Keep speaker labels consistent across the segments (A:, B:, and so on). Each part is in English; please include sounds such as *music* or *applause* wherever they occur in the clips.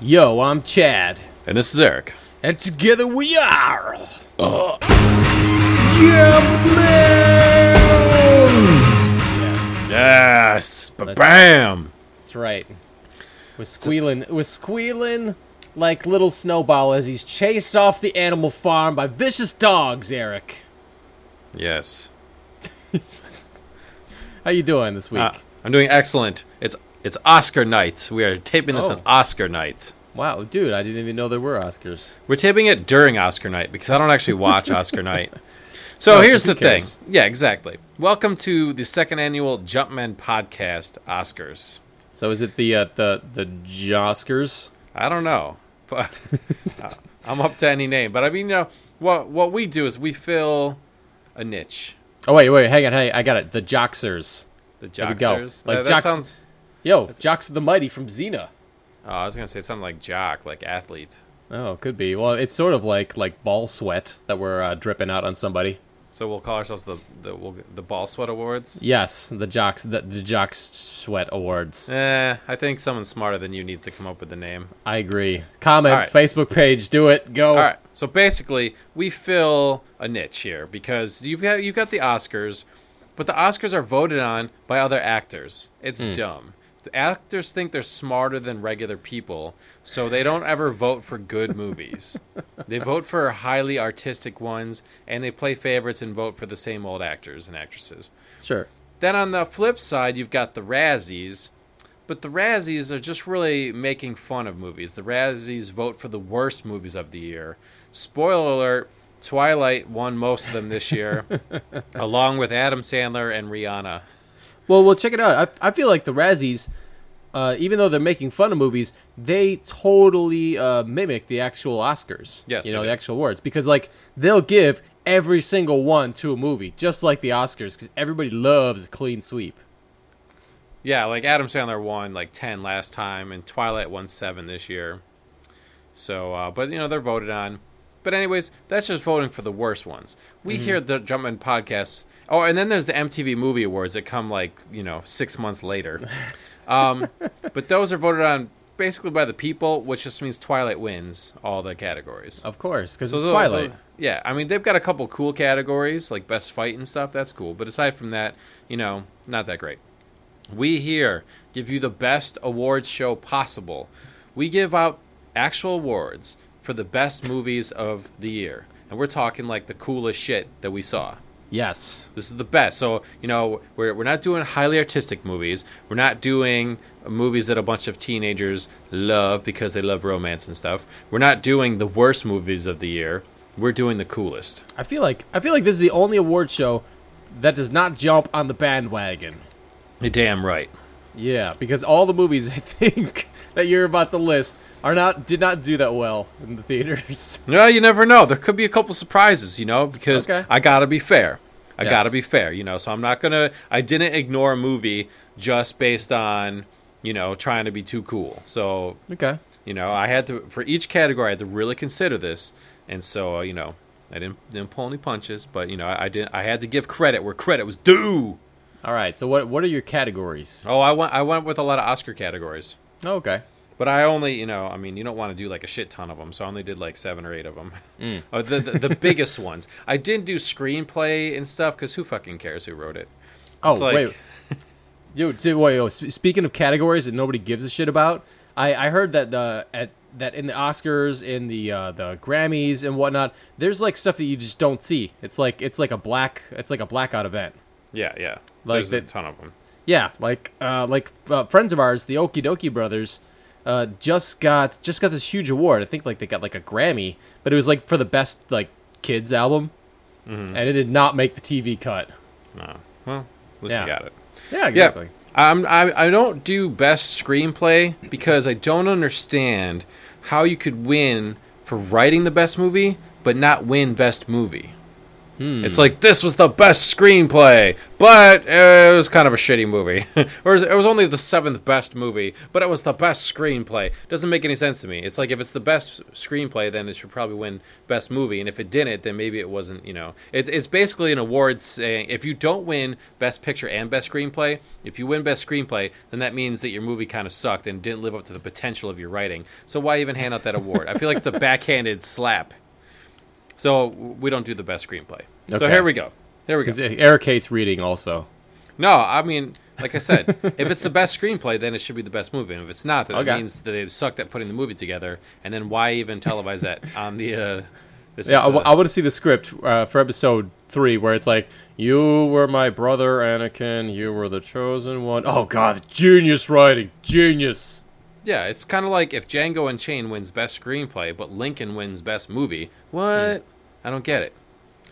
A: Yo, I'm Chad,
B: And this is Eric.
A: and together we are. uh, Yes,
B: Yes! Ba bam!
A: that's right. Was squealing, was squealing like little Snowball as he's chased off the animal farm by vicious dogs. Eric,
B: Yes.
A: how you doing this week?
B: Ah, I'm doing excellent. It's it's Oscar night. We are taping this
A: Oh.
B: on Oscar night.
A: wow, dude, I didn't even know there were Oscars.
B: We're taping it during Oscar night because I don't
A: *laughs*
B: actually watch Oscar night. So
A: Oh,
B: here's
A: who
B: the thing.
A: cares?
B: Yeah, exactly. Welcome to the second annual Jumpman podcast Oscars.
A: So is it the uh, the the Joscars?
B: I don't know. *laughs* But uh, I'm up to any name, but I mean, you know, what what we do is we fill a niche.
A: Oh wait, wait, hang on, hey, I got it. The Joxers.
B: The
A: we go.
B: joxers.
A: Like
B: Uh, that
A: jocks-
B: sounds
A: Yo, Jox the Mighty from Xena.
B: Oh, I was gonna say something like jock, like athlete.
A: Oh, could be. Well, it's sort of like like ball sweat that we're uh, dripping out on somebody.
B: So we'll call ourselves the the we'll, the ball sweat awards.
A: Yes, the jocks the, the jocks sweat awards.
B: Eh, I think someone smarter than you needs to come up with the name.
A: I agree. Comment
B: All right.
A: Facebook page. Do it. Go.
B: All right. So basically, we fill a niche here because you've got you've got the Oscars, but the Oscars are voted on by other actors. It's dumb. The actors think they're smarter than regular people, so they don't ever vote for good movies. they vote for highly artistic ones, and they play favorites and vote for the same old actors and actresses.
A: Sure.
B: Then on the flip side, you've got the Razzies, but the Razzies are just really making fun of movies. The Razzies vote for the worst movies of the year. Spoiler alert: Twilight won most of them this year, along with Adam Sandler and Rihanna.
A: Well, well, check it out. I, I feel like the Razzies, uh, even though they're making fun of movies, they totally uh, mimic the actual Oscars.
B: Yes,
A: you
B: they
A: know
B: do.
A: the actual awards because like they'll give every single one to a movie, just like the Oscars, because everybody loves a clean sweep.
B: Yeah, like Adam Sandler won like ten last time, and Twilight won seven this year. So, uh, but you know they're voted on. But anyways, that's just voting for the worst ones. We hear the Jumpman podcast. Oh, and then there's the MTV Movie Awards that come like you know six months later. Um, but those are voted on basically by the people, which just means Twilight wins all the categories.
A: Of course, because
B: So
A: it's
B: they'll-
A: Twilight.
B: they'll- yeah, I mean they've got a couple cool categories like best fight and stuff. That's cool. But aside from that, you know, not that great. We here give you the best award show possible. We give out actual awards for the best movies of the year. And we're talking like the coolest shit that we saw.
A: Yes.
B: This is the best. So, you know, we're, we're not doing highly artistic movies. We're not doing movies that a bunch of teenagers love because they love romance and stuff. We're not doing the worst movies of the year. We're doing the coolest.
A: I feel like I feel like this is the only award show that does not jump on the bandwagon.
B: You're damn right.
A: Yeah, because all the movies *laughs* I think that you're about to list are not did not do that well in the theaters. *laughs*
B: No, you never know. There could be a couple surprises, you know, because
A: Okay.
B: I gotta be fair. I
A: Yes.
B: gotta be fair, you know. So I'm not gonna. I didn't ignore a movie just based on, you know, trying to be too cool. So
A: Okay.
B: You know, I had to for each category. I had to really consider this, and so uh, you know, I didn't didn't pull any punches, but you know, I, I didn't. I had to give credit where credit was due.
A: All right. So what what are your categories?
B: Oh, I went I went with a lot of Oscar categories,
A: Oh, okay.
B: but I only you know, I mean, you don't want to do like a shit ton of them, so I only did like seven or eight of them.
A: Mm.
B: *laughs* Oh, the the,
A: *laughs*
B: the biggest ones. I didn't do screenplay and stuff because who fucking cares who wrote it?
A: Oh
B: It's like-
A: wait. Dude, dude, wait, wait, sp- speaking of categories that nobody gives a shit about, I, I heard that uh, at that in the Oscars, in the uh, the Grammys and whatnot, there's like stuff that you just don't see. It's like it's like a black it's like a blackout event.
B: Yeah, yeah.
A: Like
B: There's a
A: that-
B: ton of them.
A: Yeah, like uh, like uh, friends of ours, the Okie Dokie Brothers, uh, just got just got this huge award. I think like they got like a Grammy, but it was like for the best like kids album, and it did not make the TV cut.
B: No. Well, at least
A: Yeah.
B: I got it.
A: Yeah, exactly.
B: Yeah. I'm, I, I don't do best screenplay because I don't understand how you could win for writing the best movie, but not win best movie. It's like this was the best screenplay, but uh, it was kind of a shitty movie, *laughs* or it was only the seventh best movie, but it was the best screenplay. Doesn't make any sense to me. It's like if it's the best screenplay, then it should probably win best movie, and if it didn't, then maybe it wasn't. You know, it's it's basically an award saying if you don't win best picture and best screenplay, if you win best screenplay, then that means that your movie kind of sucked and didn't live up to the potential of your writing. So why even hand out that award? I feel like it's a backhanded slap. So we don't do the best screenplay. So
A: Okay.
B: here we go. Here we go.
A: Because Eric hates reading also.
B: No, I mean, like I said, if it's the best screenplay, then it should be the best movie. And if it's not, then
A: Okay.
B: it means that they sucked at putting the movie together. And then why even
A: *laughs*
B: televise that on the? Uh, this
A: Yeah,
B: is,
A: I, w-
B: uh,
A: I want to see the script uh, for episode three where it's like, "You were my brother, Anakin. You were the chosen one." Oh God, genius writing, genius.
B: yeah, it's kind of like if Django Unchained wins best screenplay, but Lincoln wins best movie. What? I don't get it.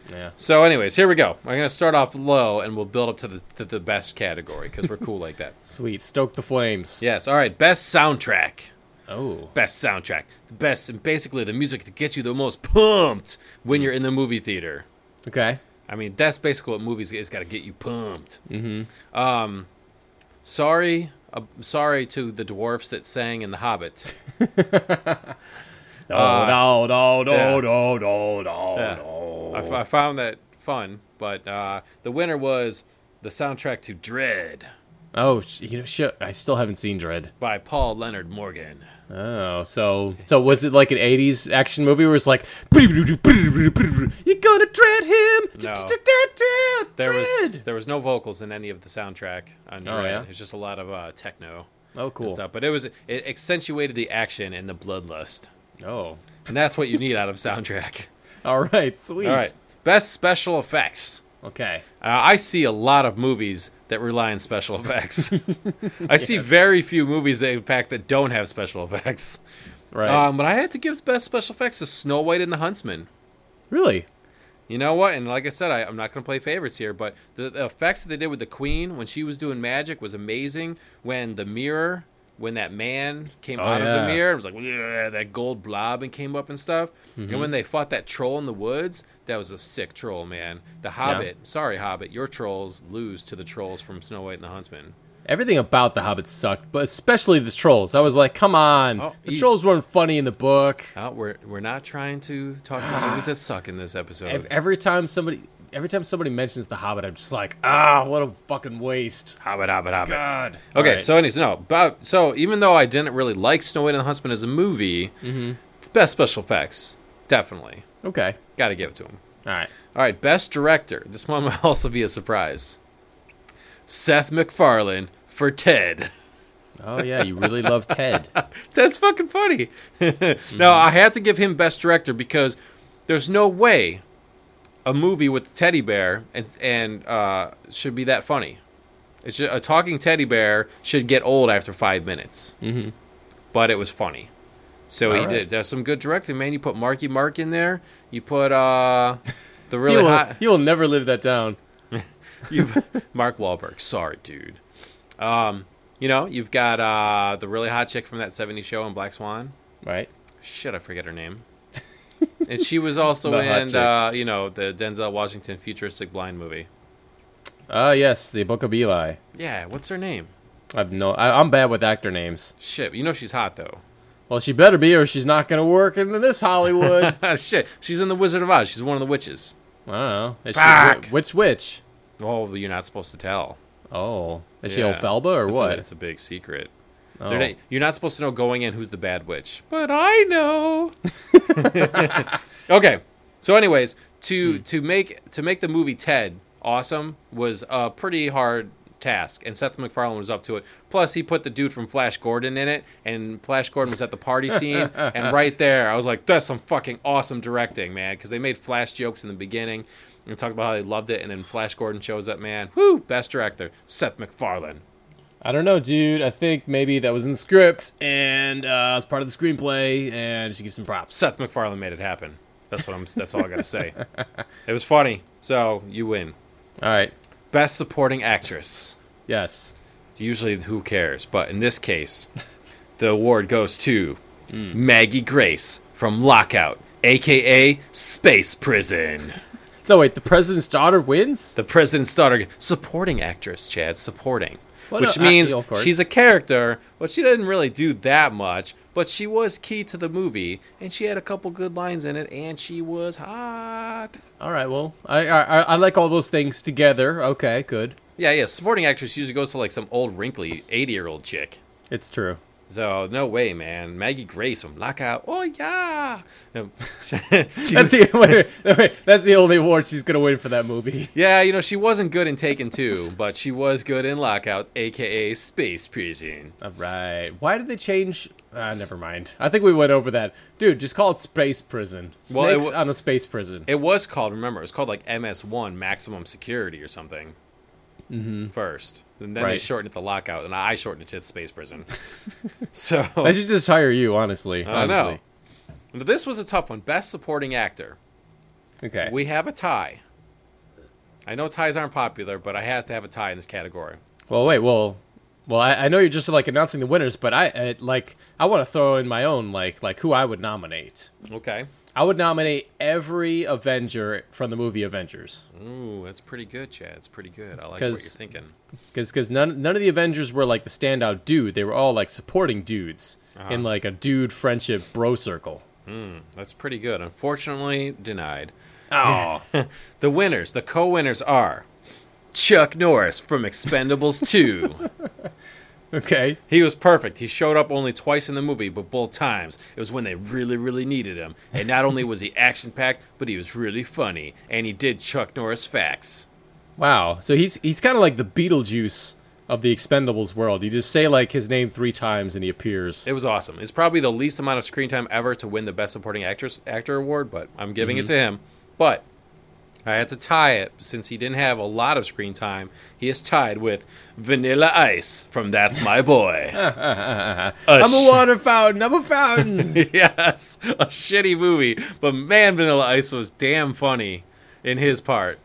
A: Hmm. Yeah.
B: So, anyways, here we go. I'm gonna start off low, and we'll build up to the to the best category because we're cool
A: *laughs*
B: like that.
A: Sweet, stoke the flames.
B: Yes. All right. Best soundtrack.
A: Oh,
B: best soundtrack, the best, and basically the music that gets you the most pumped when
A: Mm.
B: you're in the movie theater.
A: okay.
B: I mean, that's basically what movies is got to get you pumped. Mm-hmm. Um, sorry, uh, sorry to the dwarfs that sang in The Hobbit.
A: No, Oh, no, no, no,
B: yeah.
A: no, no, no,
B: Yeah.
A: no.
B: I, f- I found that fun, but uh, the winner was the soundtrack to Dread
A: Oh, sh- you know, shit. I still haven't seen Dread.
B: by Paul Leonard Morgan.
A: Oh, so so was it like an '80s action movie where it's like, you're gonna dread him?
B: No. There
A: Dread.
B: was there was no vocals in any of the soundtrack on Dread.
A: Oh, yeah?
B: It's just a lot of uh, techno
A: Oh,
B: and
A: cool.
B: stuff, but it was it accentuated the action and the bloodlust.
A: Oh,
B: And that's what you need out of soundtrack.
A: all right, sweet.
B: All right. Best special effects.
A: Okay.
B: Uh, I see a lot of movies that rely on special *laughs* effects. I see very few movies, that, in fact, that don't have special effects.
A: Right.
B: Um, but I had to give best special effects to Snow White and the Huntsman.
A: really?
B: You know what? And like I said, I, I'm not going to play favorites here, but the, the effects that they did with the Queen when she was doing magic was amazing. When the mirror, when that man came
A: Oh,
B: out of the
A: yeah.
B: mirror, it was like "Yeah," that gold blob and came up and stuff.
A: Mm-hmm.
B: And when they fought that troll in the woods, that was a sick troll, man. The Hobbit, sorry Hobbit, your trolls lose to the trolls from Snow White and the Huntsman.
A: Everything about the Hobbit sucked, but especially the trolls. I was like, come on,
B: Oh,
A: the
B: easy.
A: trolls weren't funny in the book.
B: Uh, we're we're not trying to talk about movies that suck in this episode.
A: Ev- Every time somebody, every time somebody mentions the Hobbit, I'm just like, ah, what a fucking waste.
B: Hobbit, Hobbit, Hobbit.
A: God.
B: Okay,
A: All right.
B: so anyways, no, but so even though I didn't really like Snow White and the Huntsman as a movie, the best special effects, definitely,
A: okay,
B: got to give it to him.
A: all right.
B: All right, best director. This one *laughs* will also be a surprise. Seth MacFarlane for Ted.
A: Oh yeah, you really love Ted.
B: Ted's fucking funny. *laughs* No, I had to give him best director because there's no way a movie with a teddy bear and and uh, should be that funny. It's ju- a talking teddy bear should get old after five minutes. Mm-hmm. But it was funny, so he
A: All right.
B: did. There's some good directing, man. You put Marky Mark in there. You put uh, the *laughs* really
A: you'll,
B: hot
A: you'll never live that down.
B: *laughs* you've Mark Wahlberg. Sorry, dude. Um, you know you've got uh, the really hot chick from that '70s show on Black Swan.
A: Right.
B: Shit, I forget her name. and
A: *laughs*
B: she was also
A: The hot
B: in,
A: chick.
B: uh, you know, the Denzel Washington futuristic blind movie.
A: Ah yes, the Book of Eli.
B: Yeah, what's her name?
A: I've no, I, I'm bad with actor names.
B: Shit, you know she's hot though. *laughs*
A: Well, she better be, or she's not gonna work in this
B: *laughs*
A: Hollywood.
B: Shit, she's in the Wizard of Oz. She's one of the witches.
A: I don't know. Is
B: Fuck.
A: She, wh- which witch?
B: Oh, you're not supposed to tell.
A: Oh, is
B: Yeah.
A: she Ophelba or
B: It's a-
A: what?
B: it's a big secret.
A: Oh.
B: They're not- you're not supposed to know going in who's the bad witch. But I
A: *laughs*
B: know. okay. So, anyways, to
A: Hmm.
B: to make to make the movie Ted awesome was a pretty hard task, and Seth MacFarlane was up to it. Plus, he put the dude from Flash Gordon in it, and Flash Gordon was at the party
A: *laughs*
B: scene, and right there, I was like, "That's some fucking awesome directing, man!" Because they made Flash jokes in the beginning. And talked about how they loved it, and then Flash Gordon shows up, man. Whoo! Best director, Seth MacFarlane.
A: I don't know, dude. I think maybe that was in the script and uh, it's part of the screenplay, and she gives some props.
B: Seth MacFarlane made it happen. That's what I'm. That's all I gotta say. It was funny. So you win.
A: All right.
B: Best supporting actress.
A: Yes.
B: It's usually who cares, but in this case, the award goes to Maggie Grace from Lockout, aka Space Prison.
A: So wait, the president's daughter wins?
B: The president's daughter, supporting actress, Chad, supporting.
A: Well,
B: which
A: no, I-
B: means
A: yeah, of course.
B: she's a character, but she didn't really do that much. But she was key to the movie, and she had a couple good lines in it, and she was hot.
A: All right. Well, I I, I- I like all those things together. Okay, good.
B: Yeah, yeah. Supporting actress usually goes to like some old, wrinkly, eighty-year-old chick.
A: It's true. *laughs*
B: So no way, man. Maggie Grace from Lockout. Oh yeah. No, *laughs* she- she
A: That's the wait, wait, wait, that's the only award she's gonna win for that movie. *laughs*
B: Yeah, you know, she wasn't good in Taken 2, but she was good in Lockout, aka Space Prison.
A: All right. Why did they change? Ah, never mind. I think we went over that, dude. Just call it space prison. Snakes
B: Well, it wa-
A: on a space prison.
B: It was called, remember, it was called like MS1 Maximum Security or something. Mm-hmm. First. And then they
A: Right.
B: shortened it to Lockout, and I shortened it to Space
A: *laughs*
B: Prison. so,
A: I
B: I
A: should just hire you, honestly.
B: don't know.
A: honestly.
B: But This was a tough one. Best supporting actor.
A: Okay.
B: We have a tie. I know ties aren't popular, but I have to have a tie in this category.
A: well, wait. Well, well, I, I know you're just like announcing the winners, but I, I like I want to throw in my own like like who I would nominate.
B: Okay.
A: I would nominate every Avenger from the movie Avengers.
B: Ooh, that's pretty good, Chad. It's pretty good. I like what you're
A: 'Cause-
B: thinking.
A: because because none none of the Avengers were like the standout dude. They were all like supporting dudes in like a dude friendship bro circle.
B: That's pretty good. Unfortunately, denied.
A: Oh,
B: The winners, the co-winners are Chuck Norris from Expendables 2.
A: *laughs* okay.
B: he was perfect. He showed up only twice in the movie, but both times it was when they really really needed him. And not only was he action-packed, but he was really funny and he did Chuck Norris facts.
A: Wow. So he's he's kind of like the Beetlejuice of the Expendables world. You just say like his name three times and he appears.
B: It was awesome. It's probably the least amount of screen time ever to win the Best Supporting Actress Actor award, but I'm giving it to him. But I had to tie it since he didn't have a lot of screen time. He is tied with Vanilla Ice from That's My Boy. A
A: I'm a
B: sh-
A: water fountain. I'm a fountain.
B: *laughs* yes, a shitty movie, but man, Vanilla Ice was damn funny in his part.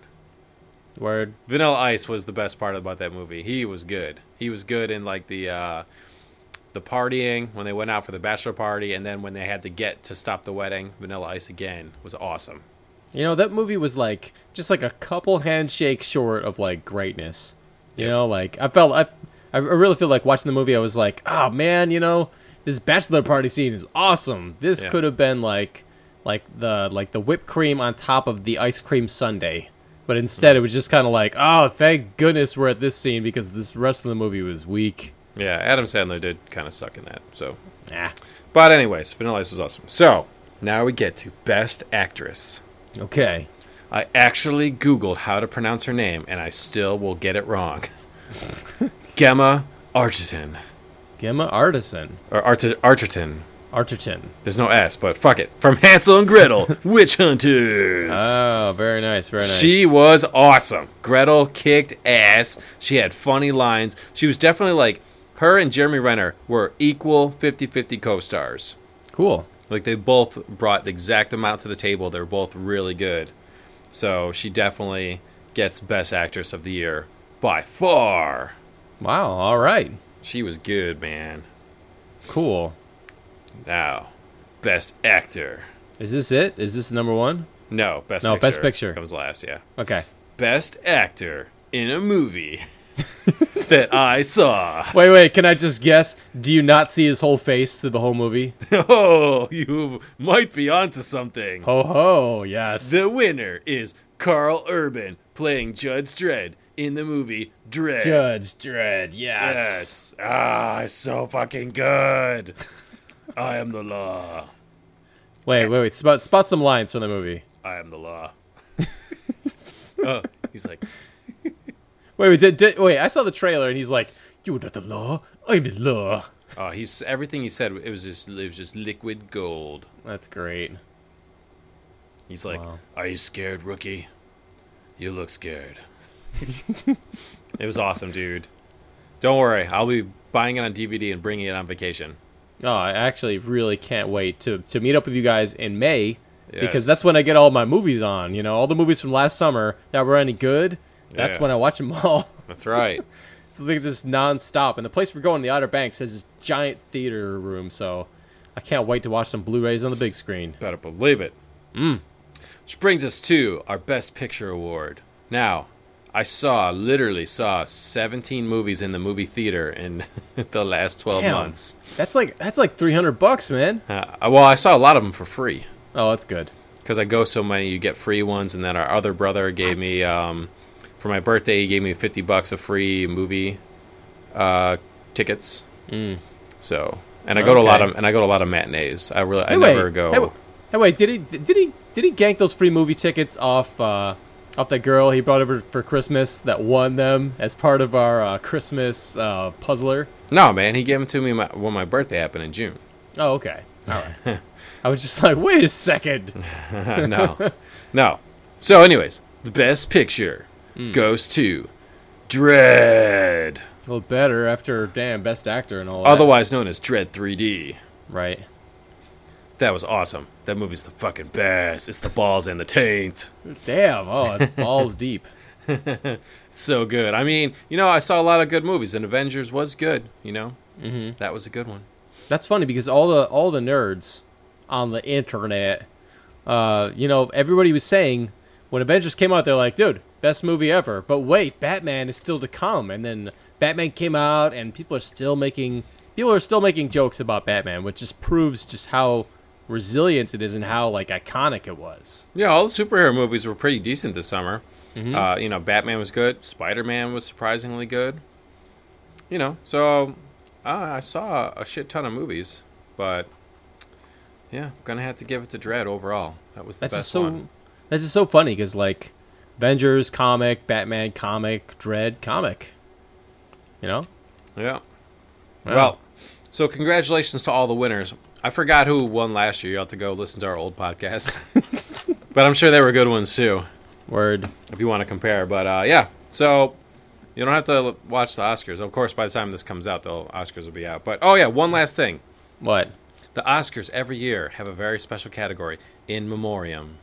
A: Word.
B: Vanilla Ice was the best part about that movie. He was good. He was good in like the uh, the partying when they went out for the bachelor party, and then when they had to get to stop the wedding. Vanilla Ice again was awesome.
A: You know that movie was like just like a couple handshakes short of like greatness. You know, like I felt I, I really feel like watching the movie. I was like, oh man, you know this bachelor party scene is awesome. This
B: Yeah.
A: could have been like like the like the whipped cream on top of the ice cream sundae. But instead, it was just kind of like, oh, thank goodness we're at this scene because this rest of the movie was weak.
B: Yeah, Adam Sandler did kind of suck in that. So,
A: Ah,
B: but anyways, Vanilla Ice was awesome. So now we get to Best Actress.
A: okay.
B: I actually Googled how to pronounce her name, and I still will get it wrong. *laughs* Gemma Arterton
A: Gemma Artisan,
B: or Arte- Arterton.
A: Arterton.
B: There's no S, but fuck it. From Hansel and Gretel,
A: *laughs*
B: Witch Hunters.
A: Oh, very nice, very nice.
B: She was awesome. Gretel kicked ass. She had funny lines. She was definitely like her and Jeremy Renner were equal 50-50 co-stars.
A: cool.
B: Like they both brought the exact amount to the table. They were both really good. So she definitely gets best actress of the year by far.
A: Wow. All right.
B: She was good, man.
A: Cool.
B: Now, best actor.
A: Is this it? Is this number one?
B: No, best
A: No,
B: picture.
A: Best Picture.
B: comes last, yeah.
A: Okay.
B: best actor in a movie *laughs* that I saw. *laughs*
A: Wait, wait. Can I just guess? Do you not see his whole face through the whole movie?
B: Oh, you might be onto something.
A: Ho ho! Yes.
B: The winner is Carl Urban playing Judge Dredd in the movie Dredd.
A: Judge Dredd. Yes.
B: Yes. Ah, it's so fucking good. I am the law.
A: Wait, wait, wait. Spot, spot some lines from the movie.
B: I am the law. oh, he's like,
A: Wait, wait, did, did, wait. I saw the trailer and he's like, "You're not the law. I'm the law."
B: oh, he's everything he said. It was just, it was just liquid gold.
A: That's great.
B: He's like,
A: Wow.
B: "Are you scared, rookie? You look scared." *laughs* it was awesome, dude. Don't worry, I'll be buying it on DVD and bringing it on vacation.
A: Oh, I actually really can't wait to to meet up with you guys in May
B: Yes.
A: because that's when I get all my movies on. You know, all the movies from last summer that were any good. That's
B: Yeah.
A: when I watch them all. *laughs*
B: That's *laughs* right.
A: So things just nonstop. And the place we're going, the Outer Banks, has this giant theater room. So I can't wait to watch some Blu-rays on the big screen.
B: Better believe it. Mm. Which brings us to our Best Picture award. Now, I saw literally saw 17 movies in the movie theater in *laughs* the last 12
A: Damn.
B: months.
A: That's like that's like three hundred bucks, man.
B: Uh, well, I saw a lot of them for free
A: Oh, that's good.
B: because I go so many. You get free ones, and then our other brother gave me um, for my birthday. He gave me 50 bucks of free movie uh, tickets. So, and I go to a lot
A: Mm. Okay.
B: of and I go to a lot of matinees. I really I
A: Hey, wait.
B: never go.
A: Hey, wait. Hey, wait, did he did he did he gank those free movie tickets off uh, off that girl he brought over for Christmas that won them as part of our uh, Christmas uh, puzzler?
B: No, man, he gave them to me my, when my birthday happened
A: *laughs*
B: in June. *laughs*
A: Oh, okay, all right. I was just like, wait a second.
B: no, no. So, anyways, the best picture
A: Mm.
B: goes to Dread,
A: A little better after damn best actor and all. that.
B: otherwise known as Dread 3D.
A: right?
B: That was awesome. That movie's the fucking best. It's the balls and the taint.
A: Damn. Oh, *laughs* it's balls deep.
B: So good. I mean, you know, I saw a lot of good movies, and Avengers was good. You know, mm-hmm. that was a good one.
A: That's funny because all the all the nerds on the internet, uh, you know, everybody was saying when Avengers came out, they're like, "Dude, best movie ever." But wait, Batman is still to come, and then Batman came out, and people are still making people are still making jokes about Batman, which just proves just how resilient it is and how like iconic it was.
B: Yeah, all the superhero movies were pretty decent this summer.
A: Mm-hmm.
B: Uh, you know, Batman was good. Spider Man was surprisingly good. You know, so uh, I saw a shit ton of movies, but yeah, gonna have to give it to Dread overall. That was the
A: That's
B: best
A: just so.
B: one.
A: That's just so funny because like, Avengers comic, Batman comic, Dread comic. You know.
B: Yeah. Well, so congratulations to all the winners. I forgot who won last year. You'll have to go listen to our
A: *laughs*
B: old podcast, but I'm sure they were good ones too.
A: Word.
B: if you want to compare. But uh, yeah, so you don't have to l- watch the Oscars. Of course, by the time this comes out, the Oscars will be out. But oh yeah, one last thing:
A: What?
B: the Oscars every year have a very special category in memoriam,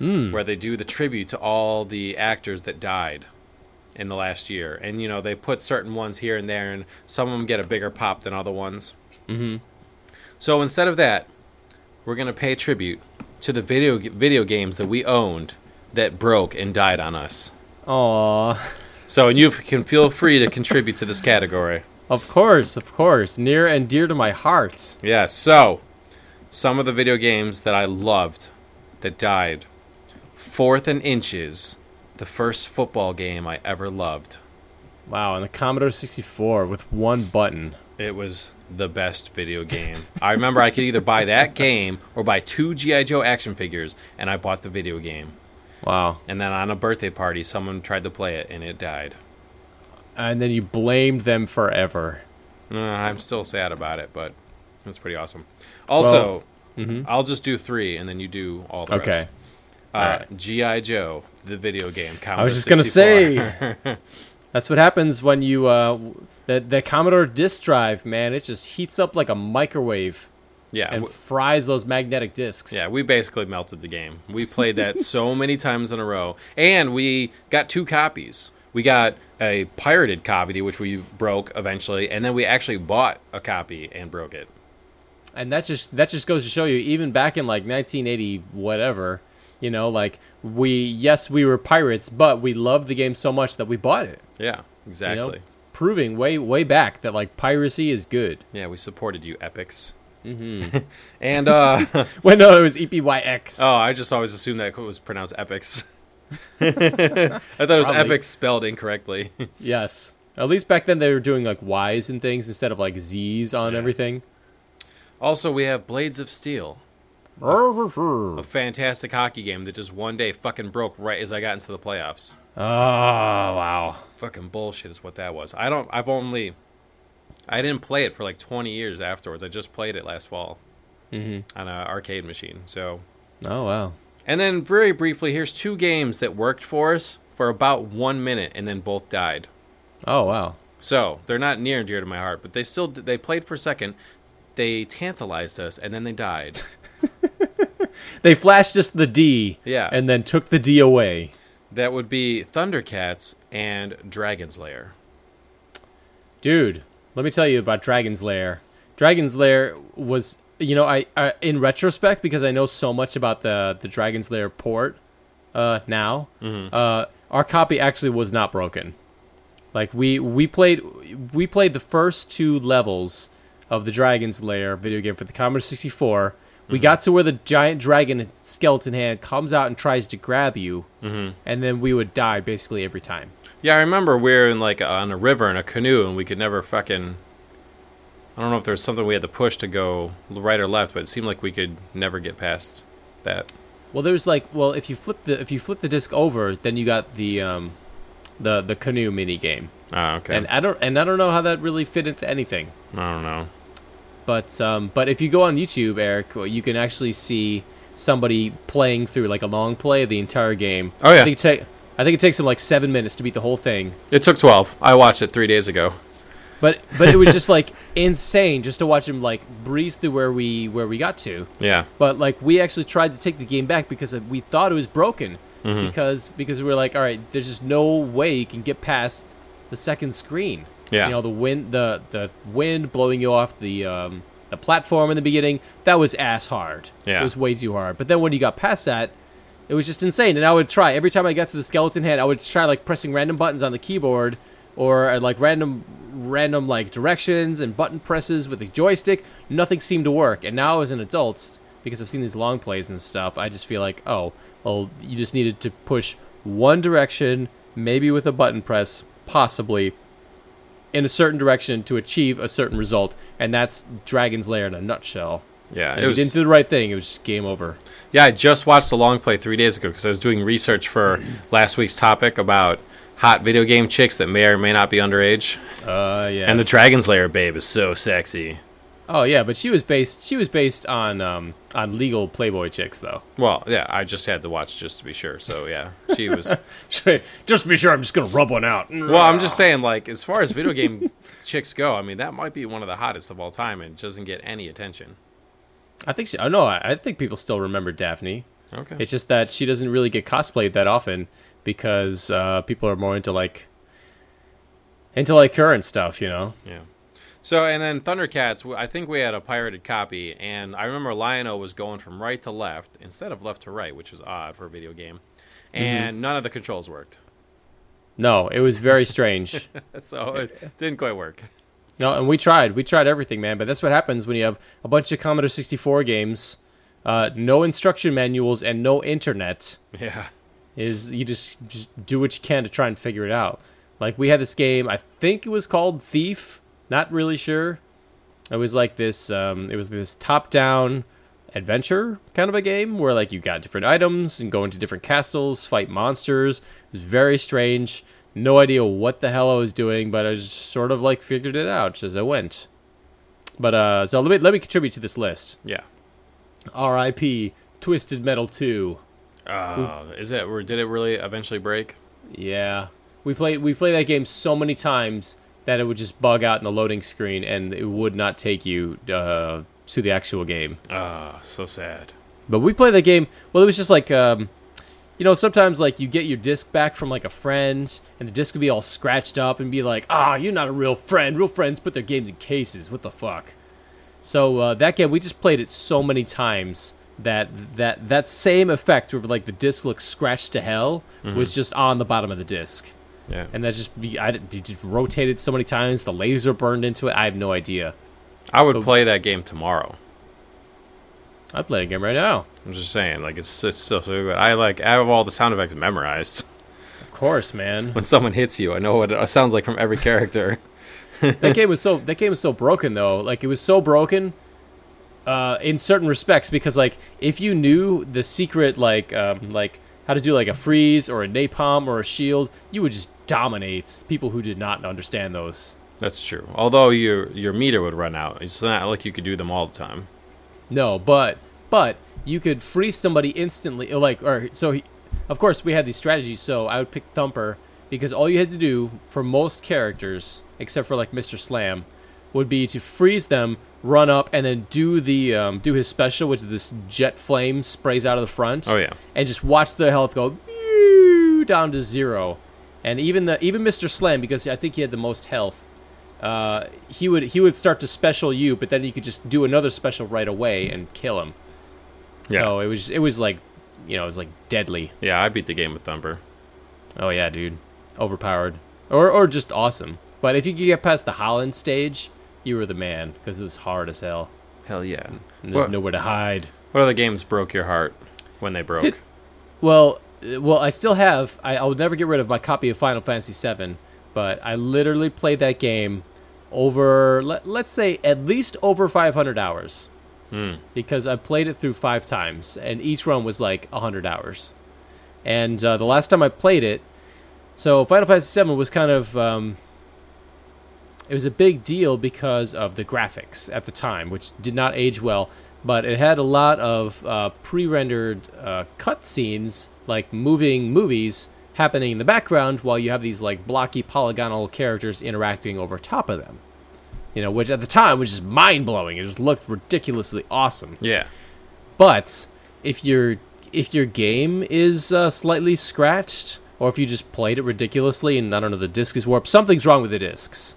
B: where they do the tribute to all the actors that died in the last year, and you know they put certain ones here and there, and some of them get a bigger pop than other ones. Mm-hmm. So instead of that, we're gonna pay tribute to the video video games that we owned that broke and died on us.
A: Aww.
B: So, and you can feel free to contribute to this category.
A: Of course, of course. Near and dear to my heart.
B: Yeah, so some of the video games that I loved that died Fourth and Inches, the first football game I ever loved.
A: Wow, and the Commodore 64 with one button.
B: It was the best video game. I remember I could either buy that game or buy two G.I. Joe action figures, and I bought the video game.
A: Wow.
B: And then on a birthday party, someone tried to play it and it died.
A: And then you blamed them forever.
B: Uh, I'm still sad about it, but that's pretty awesome. Also, I'll just do three, and then you do all the
A: mm-hmm. Okay.
B: rest. Uh, GI Joe, the video game.
A: I was just going to say. That's what happens when you. Uh, w- the, the Commodore disk drive, man, it just heats up like a microwave
B: *laughs* yeah,
A: and
B: w-
A: fries those magnetic discs.
B: yeah, we basically melted the game. We played
A: *laughs*
B: that so many times in a row, and we got two copies. We got a pirated copy, which we broke eventually, and then we actually bought a copy and broke it.
A: and that just that just goes to show you even back in like 1980 whatever you know like we yes we were pirates but we loved the game so much that we bought it
B: Yeah,
A: you know
B: exactly.
A: proving way way back that like piracy is good *laughs*
B: Yeah, we supported you, Epics. Mm-hmm. *laughs*
A: *laughs*
B: and uh,
A: well no it was E epyx
B: Oh, I just always assumed that it was pronounced epics. *laughs* I thought it was
A: Probably.
B: epics spelled incorrectly. *laughs*
A: yes at least back then they were doing like y's and things instead of like z's on
B: *laughs*
A: everything
B: also, we have Blades of Steel,
A: Oh,
B: a fantastic hockey game that just one day fucking broke right as I got into the playoffs.
A: Oh wow!
B: Fucking bullshit is what that was. I don't. I've only. I didn't play it for like 20 years afterwards. I just played it last fall on an arcade machine. So,
A: Oh wow!
B: and then very briefly, here's two games that worked for us for about one minute, and then both died.
A: Oh wow!
B: So they're not near and dear to my heart, but they still they played for a second. They tantalized us, and then they *laughs* died.
A: They flashed us the D,
B: Yeah.
A: and then took the D away.
B: that would be Thundercats and Dragon's Lair.
A: Dude, let me tell you about Dragon's Lair. Dragon's Lair was you know, I, I in retrospect because I know so much about the the Dragon's Lair port uh, now. Uh, our copy actually was not broken. Like we we played we played the first two levels of the Dragon's Lair video game for the Commodore 64. We got to where the giant dragon skeleton hand comes out and tries to grab you, and then we would die basically every time.
B: Yeah, I remember we were in like on a river in a canoe, and we could never fucking. I don't know if there was something we had to push to go l- right or left, but it seemed like we could never get past that.
A: Well, there's like well, if you flip the if you flip the disc over, then you got the um, the the canoe mini game,
B: Ah, okay.
A: and I don't and I don't know how that really fit into anything.
B: I don't know.
A: But um, but if you go on YouTube, Eric, you can actually see somebody playing through like a long play of the entire game.
B: Oh, yeah.
A: I think it, ta- I think it takes them like seven minutes to beat the whole thing.
B: It took twelve. I watched it three days ago.
A: But but it was just like *laughs* insane just to watch him like breeze through where we where we got to.
B: Yeah.
A: But like we actually tried to take the game back because we thought it was broken because because we were like, all right, there's just no way you can get past the second screen.
B: Yeah.
A: You know the wind the the wind blowing you off the um, the platform in the beginning that was ass hard.
B: Yeah.
A: It was way too hard. But then when you got past that. It was just insane, and I would try every time I got to the skeleton head. I would try like pressing random buttons on the keyboard, or uh, like random, random like directions and button presses with the joystick. Nothing seemed to work. And now as an adult, because I've seen these long plays and stuff, I just feel like, oh, well, you just needed to push one direction, maybe with a button press, possibly, in a certain direction to achieve a certain result, and that's Dragon's Lair in a nutshell.
B: Yeah.
A: And if you didn't do the right thing, it was just game over.
B: Yeah, I just watched the long play three days ago because I was doing research for last week's topic about hot video game chicks that may or may not be underage.
A: Uh, yeah.
B: And the Dragon's Lair babe is so sexy.
A: Oh yeah, but she was based she was based on um on legal Playboy chicks though. *laughs*
B: Well, yeah, I just had to watch just to be sure. So yeah, she was. *laughs*
A: just be sure I'm just gonna rub one out.
B: well, I'm just saying, like as far as video game *laughs* chicks go, I mean that might be one of the hottest of all time and doesn't get any attention.
A: I think she, I know I, I think people still remember Daphne.
B: Okay.
A: It's just that she doesn't really get cosplayed that often because uh, people are more into like into like current stuff, you know.
B: Yeah. So and then Thundercats, w- I think we had a pirated copy, and I remember Lionel was going from right to left instead of left to right, which was odd for a video game, and none of the controls worked, *laughs*
A: No, it was very strange.
B: so it didn't quite work.
A: no, and we tried, we tried everything, man. But that's what happens when you have a bunch of Commodore 64 games, uh, no instruction manuals, and no internet.
B: Yeah.
A: is you just just do what you can to try and figure it out. Like we had this game, I think it was called Thief. Not really sure. It was like this. Um, it was this top-down adventure kind of a game where like you got different items and go into different castles, fight monsters. It was very strange. No idea what the hell I was doing, but I just sort of like figured it out as I went. But uh, so let me let me contribute to this list.
B: Yeah.
A: R.I.P. Twisted Metal Two.
B: Uh, is it? Or did it really eventually break?
A: Yeah, we played we played that game so many times that it would just bug out in the loading screen and it would not take you uh, to the actual game.
B: Ah, so sad.
A: But we played that game. Well, it was just like um, you know sometimes like you get your disc back from like a friend and the disc would be all scratched up and be like, ah, you're not a real friend. Real friends put their games in cases. What the fuck? So uh, that game we just played it so many times. That, that that same effect of like the disc looks scratched to hell was just on the bottom of the disc
B: Yeah.
A: and that just be I did- it just rotated so many times. The laser burned into it. I have no idea.
B: I would play that game tomorrow.
A: I play a game right now.
B: I'm just saying, like it's just so, so good. I like I have all the sound effects memorized. *laughs*
A: Of course, man.
B: When someone hits you, I know what it sounds like from every character.
A: that game was so that game was so broken though. Like it was so broken. Uh, in certain respects, because like if you knew the secret, like um, like how to do like a freeze or a napalm or a shield, you would just dominate people who did not understand those.
B: That's true. Although your your meter would run out, it's not like you could do them all the time.
A: No, but but you could freeze somebody instantly. uh, Like or so, he, of course we had these strategies. So I would pick Thumper because all you had to do for most characters, except for like Mr. Slam, would be to freeze them, run up, and then do the um, do his special, which is this jet flame sprays out of the front.
B: Oh, yeah.
A: and just watch their health go pew down to zero. And even the even Mr. Slam, because I think he had the most health, uh, he would he would start to special you, but then you could just do another special right away and kill him.
B: Yeah.
A: So it was it was like, you know, it was like deadly.
B: Yeah, I beat the game with Thumper.
A: Oh yeah, dude, overpowered or or just awesome. But if you could get past the Holland stage, you were the man because it was hard as hell.
B: Hell yeah.
A: And there's
B: What,
A: nowhere to hide.
B: what other games broke your heart when they broke?
A: Did- Well, uh, well, I still have. I, I will never get rid of my copy of Final Fantasy VII, but I literally played that game over, let, let's say, at least over 500 hours, because I played it through five times, and each run was like 100 hours. And uh, the last time I played it, so Final Fantasy VII was kind of, um, it was a big deal because of the graphics at the time, which did not age well. But it had a lot of uh, pre-rendered uh, cutscenes, like moving movies happening in the background, while you have these like blocky polygonal characters interacting over top of them. You know, which at the time was just mind blowing. It just looked ridiculously awesome.
B: yeah.
A: But if your if your game is uh, slightly scratched, or if you just played it ridiculously and I don't know the disc is warped, something's wrong with the discs.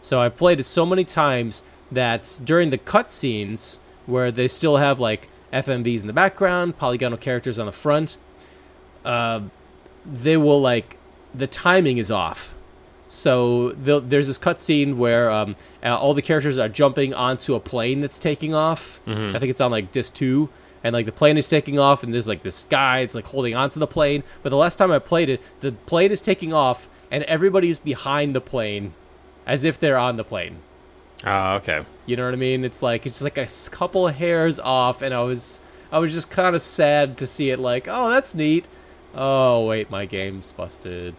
A: So I've played it so many times that during the cutscenes where they still have like FMVs in the background, polygonal characters on the front, uh, they will like the timing is off. So the- there's this cutscene where um, uh, all the characters are jumping onto a plane that's taking off. I think it's on like disc two, and like the plane is taking off, and there's like this guy that's like holding onto the plane. But the last time I played it, the plane is taking off, and everybody's behind the plane, as if they're on the plane.
B: Ah, *laughs* okay.
A: You know what I mean? It's like it's just like a s- couple hairs off, and I was I was just kind of sad to see it. Like, oh, that's neat. Oh wait, my game's busted.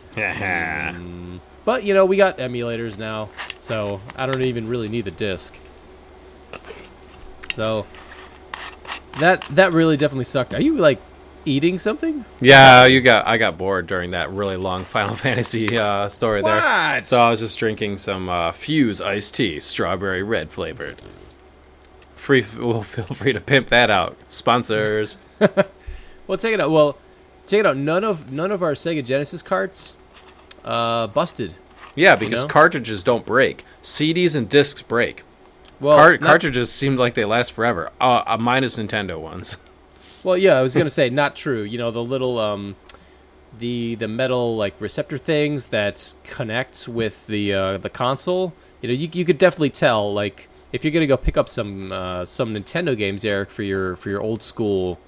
A: But you know, we got emulators now, so I don't even really need the disc. So that that really definitely sucked. Are you like eating something?
B: yeah, you got. I got bored during that really long *laughs* Final Fantasy uh, story there.
A: What?
B: So I was just drinking some uh, Fuse iced tea, strawberry red flavored. Free. *laughs* Well, feel free to pimp that out. Sponsors. *laughs*
A: Well, take it out. Well, take it out. None of none of our Sega Genesis carts uh, busted.
B: Yeah, because
A: know?
B: cartridges don't break. CDs and discs break.
A: Well,
B: Car-
A: not-
B: cartridges seem like they last forever. Uh, uh, minus Nintendo ones.
A: Well, yeah, I was gonna say not true. You know the little um, the the metal like receptor things that connect with the uh, the console. You know, you you could definitely tell like if you're gonna go pick up some uh, some Nintendo games, Eric, for your for your old school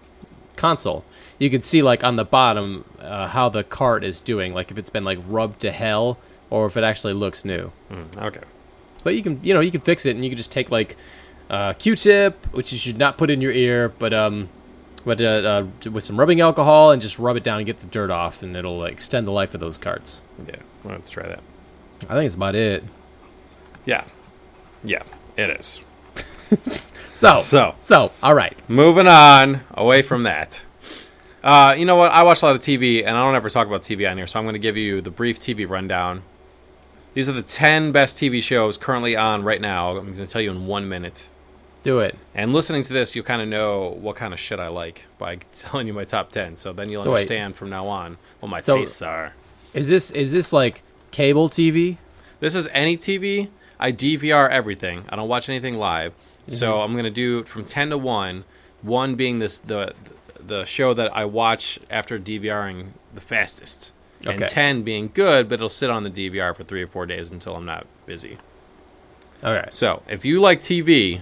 A: console. You could see like on the bottom uh, how the cart is doing, like if it's been like rubbed to hell or if it actually looks new.
B: Hmm, Okay.
A: But you can, you know, you can fix it, and you can just take like uh, Q-tip, which you should not put in your ear, but um, but uh, uh, t- with some rubbing alcohol, and just rub it down and get the dirt off, and it'll extend the life of those carts.
B: Yeah. Well, let's try that.
A: I think it's about it.
B: Yeah. Yeah. It is.
A: So
B: So.
A: so all right.
B: Moving on away from that. Uh, you know what? I watch a lot of TV, and I don't ever talk about TV on here, so I'm going to give you the brief TV rundown. These are the 10 best TV shows currently on right now. I'm going to tell you in one minute.
A: Do it.
B: And listening to this, you'll kind of know what kind of shit I like by *laughs* telling you my top 10. So then you'll
A: So wait.
B: understand from now on what my
A: So-
B: tastes are.
A: Is this is this like cable TV?
B: This is any TV. I DVR everything. I don't watch anything live. So I'm going to do from 10 to 1, 1 being this the the show that I watch after DVRing the fastest.
A: Okay.
B: And 10 being good, but it'll sit on the DVR for 3 or 4 days until I'm not busy.
A: All right.
B: So if you like TV,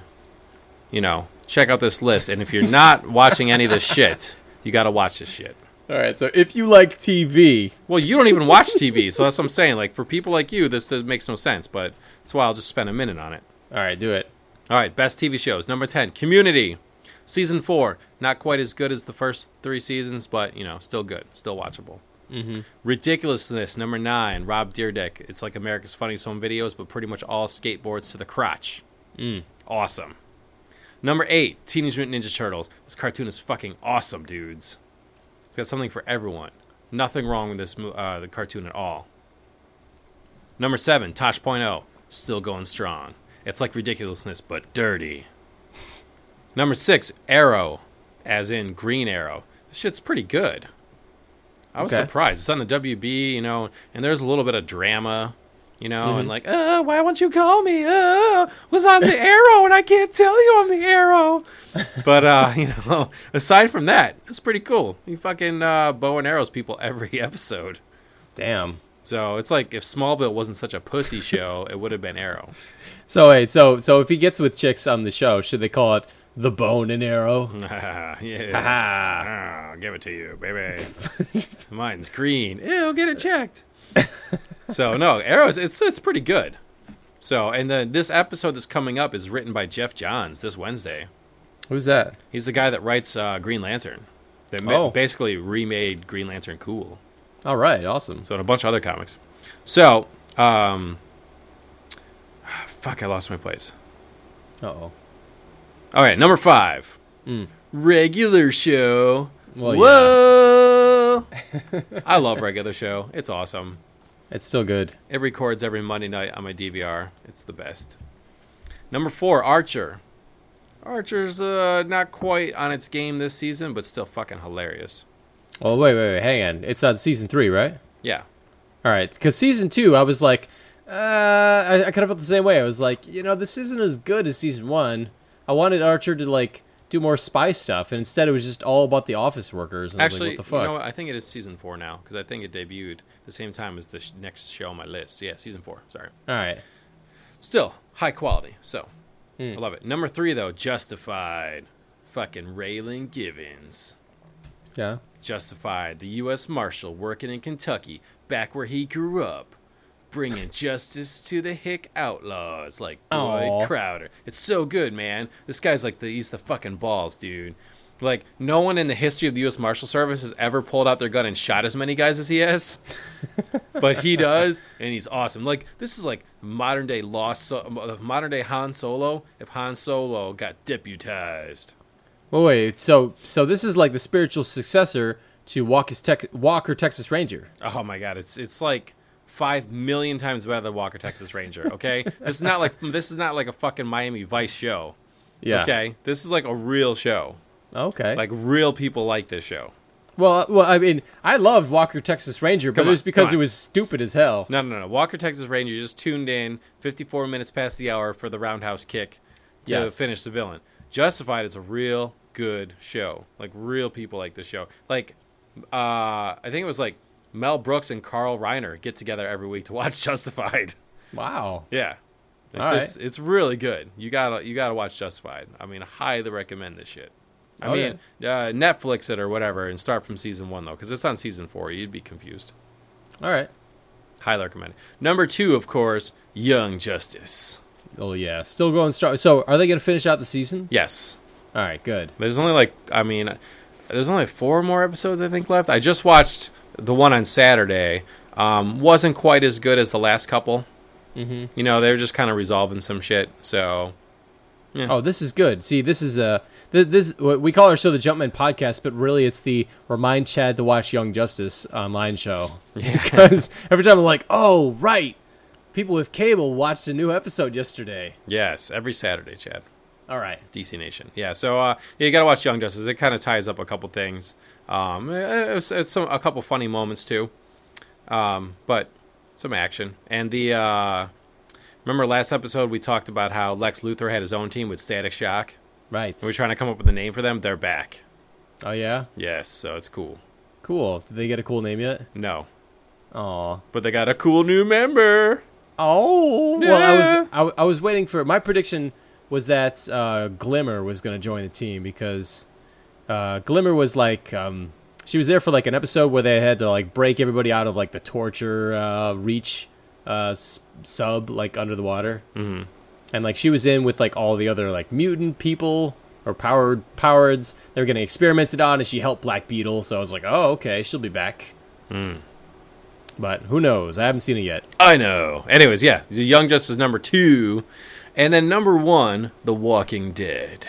B: you know, check out this list. And if you're not watching any of this shit, you got to watch this shit.
A: All right. So if you like TV,
B: Well, you don't even watch TV, so that's what I'm saying. Like for people like you, this does, makes no sense. But that's why I'll just spend a minute on it.
A: all right, do it.
B: All right, best TV shows. Number 10, Community. Season 4, not quite as good as the first 3 seasons, but, you know, still good, still watchable. Mm-hmm. Ridiculousness, number 9, Rob Deerdick. It's like America's Funniest Home Videos, but pretty much all skateboards to the crotch. Awesome. Number 8, Teenage Mutant Ninja Turtles. This cartoon is fucking awesome, dudes. It's got something for everyone. Nothing wrong with this mo- uh, the cartoon at all. Number seven, Tosh.0, still going strong. It's like ridiculousness, but dirty. Number six, Arrow, as in Green Arrow. This shit's pretty good. I was
A: Okay.
B: surprised. It's on the WB, you know, and there's a little bit of drama, you know, and like, uh, why won't you call me? Uh, was I'm the arrow and I can't tell you I'm the arrow. but uh, you know, aside from that, it's pretty cool. You fucking uh, bow and arrows people every *laughs* episode.
A: Damn.
B: So it's like if Smallville wasn't such a pussy show, it would have been Arrow. *laughs*
A: So wait, so so if he gets with chicks on the show, should they call it the bone and arrow?
B: yes. Ah, give it to you, baby. *laughs* Mine's green. Ew, get it checked. so no, Arrow's it's it's pretty good. So and then this episode that's coming up is written by Jeff Johns this Wednesday.
A: Who's that?
B: He's the guy that writes uh, Green Lantern. That ma-
A: Oh.
B: basically remade Green Lantern cool.
A: All right, awesome.
B: So and a bunch of other comics. So, um, *sighs* fuck, I lost my place.
A: Uh oh.
B: All right, number five. Regular show.
A: Hmm. Well,
B: Whoa! *laughs* I love regular show. It's awesome.
A: It's still good.
B: It records every Monday night on my DVR. It's the best. Number four, Archer. Archer's uh, not quite on its game this season, but still fucking hilarious.
A: Oh wait, wait, wait, hang on. It's on season three, right?
B: Yeah.
A: All right, because season two, I was like, uh, I, I kind of felt the same way. I was like, you know, this isn't as good as season one. I wanted Archer to like do more spy stuff, and instead it was just all about the office workers. And
B: Actually,
A: I was like, what the
B: you know
A: fuck?
B: what? I think it is season four now because I think it debuted the same time as the sh- next show on my list. Yeah, season four. Sorry.
A: all right,
B: Still high quality. So I love it. Number three though, Justified. Fucking Raylan Givens.
A: yeah,
B: Justified, the U.S. Marshal working in Kentucky, back where he grew up, bringing justice to the hick outlaws like Boyd
A: Aw.
B: Crowder. It's so good, man. This guy's like the he's the fucking balls, dude. Like no one in the history of the U.S. Marshal Service has ever pulled out their gun and shot as many guys as he has, but he does, and he's awesome. Like this is like modern day lost, so- modern day Han Solo. If Han Solo got deputized.
A: Well, wait, so so this is like the spiritual successor to Walker's Tech Walker Texas Ranger.
B: Oh my god, it's it's like five million times better than Walker Texas Ranger. Okay, *laughs* this is not like this is not like a fucking Miami Vice show.
A: Yeah.
B: Okay, this is like a real show.
A: Okay.
B: Like real people like this show.
A: well, uh, well, I mean, I loved Walker Texas Ranger, but
B: Come
A: it was
B: on,
A: because
B: come
A: it
B: on.
A: was stupid as hell.
B: No, no, no. Walker Texas Ranger you just tuned in 54 minutes past the hour for the roundhouse kick to
A: Yes.
B: finish the villain. Justified is a real good show. Like real people like this show. Like uh I think it was like Mel Brooks and Carl Reiner get together every week to watch *laughs* Justified.
A: Wow.
B: Yeah. Like
A: All
B: this, It's really good. You gotta you gotta watch Justified. I mean, I highly recommend this shit. I
A: Oh,
B: mean, uh, Netflix it or whatever, and start from season one though, because it's on season four. You'd be confused.
A: All right.
B: Highly recommend. it. Number two, of course, Young Justice.
A: Oh yeah, still going strong. So, are they going to finish out the season?
B: Yes,
A: All right, good.
B: there's only like I mean, there's only four more episodes I think left. I just watched the one on Saturday. Um, wasn't quite as good as the last couple. Mm-hmm. You know, they were just kind of resolving some shit. So
A: Oh, this is good. See, this is a th- this what we call our show the Jumpman Podcast, but really it's the Remind Chad to Watch Young Justice online show. Because every time I'm like, oh right, people with cable watched a new episode yesterday.
B: yes, every Saturday, Chad.
A: All right.
B: DC Nation. Yeah, so uh, you got to watch Young Justice. It kind of ties up a couple things. Um, eh, it's, it's some a couple funny moments too, um, but some action. And the uh, remember last episode we talked about how Lex Luthor had his own team with Static Shock.
A: Right.
B: We're trying to come up with a name for them. They're back.
A: Oh yeah.
B: Yes, so it's cool.
A: Cool. Did they get a cool name yet?
B: No,
A: Oh.
B: but they got a cool new member.
A: Oh.
B: Yeah.
A: Well, I was I, I was waiting for my prediction was that uh, Glimmer was going to join the team because uh, Glimmer was like um, she was there for like an episode where they had to like break everybody out of like the torture uh, reach uh, s- sub like under the water, mm-hmm. and like she was in with like all the other like mutant people or powered powereds they were getting experimented on, and she helped Black Beetle. So I was like, oh okay, she'll be back. Mm. But who knows? I haven't seen it yet.
B: I know. Anyways, yeah, the Young Justice number two, and then number one, The Walking Dead.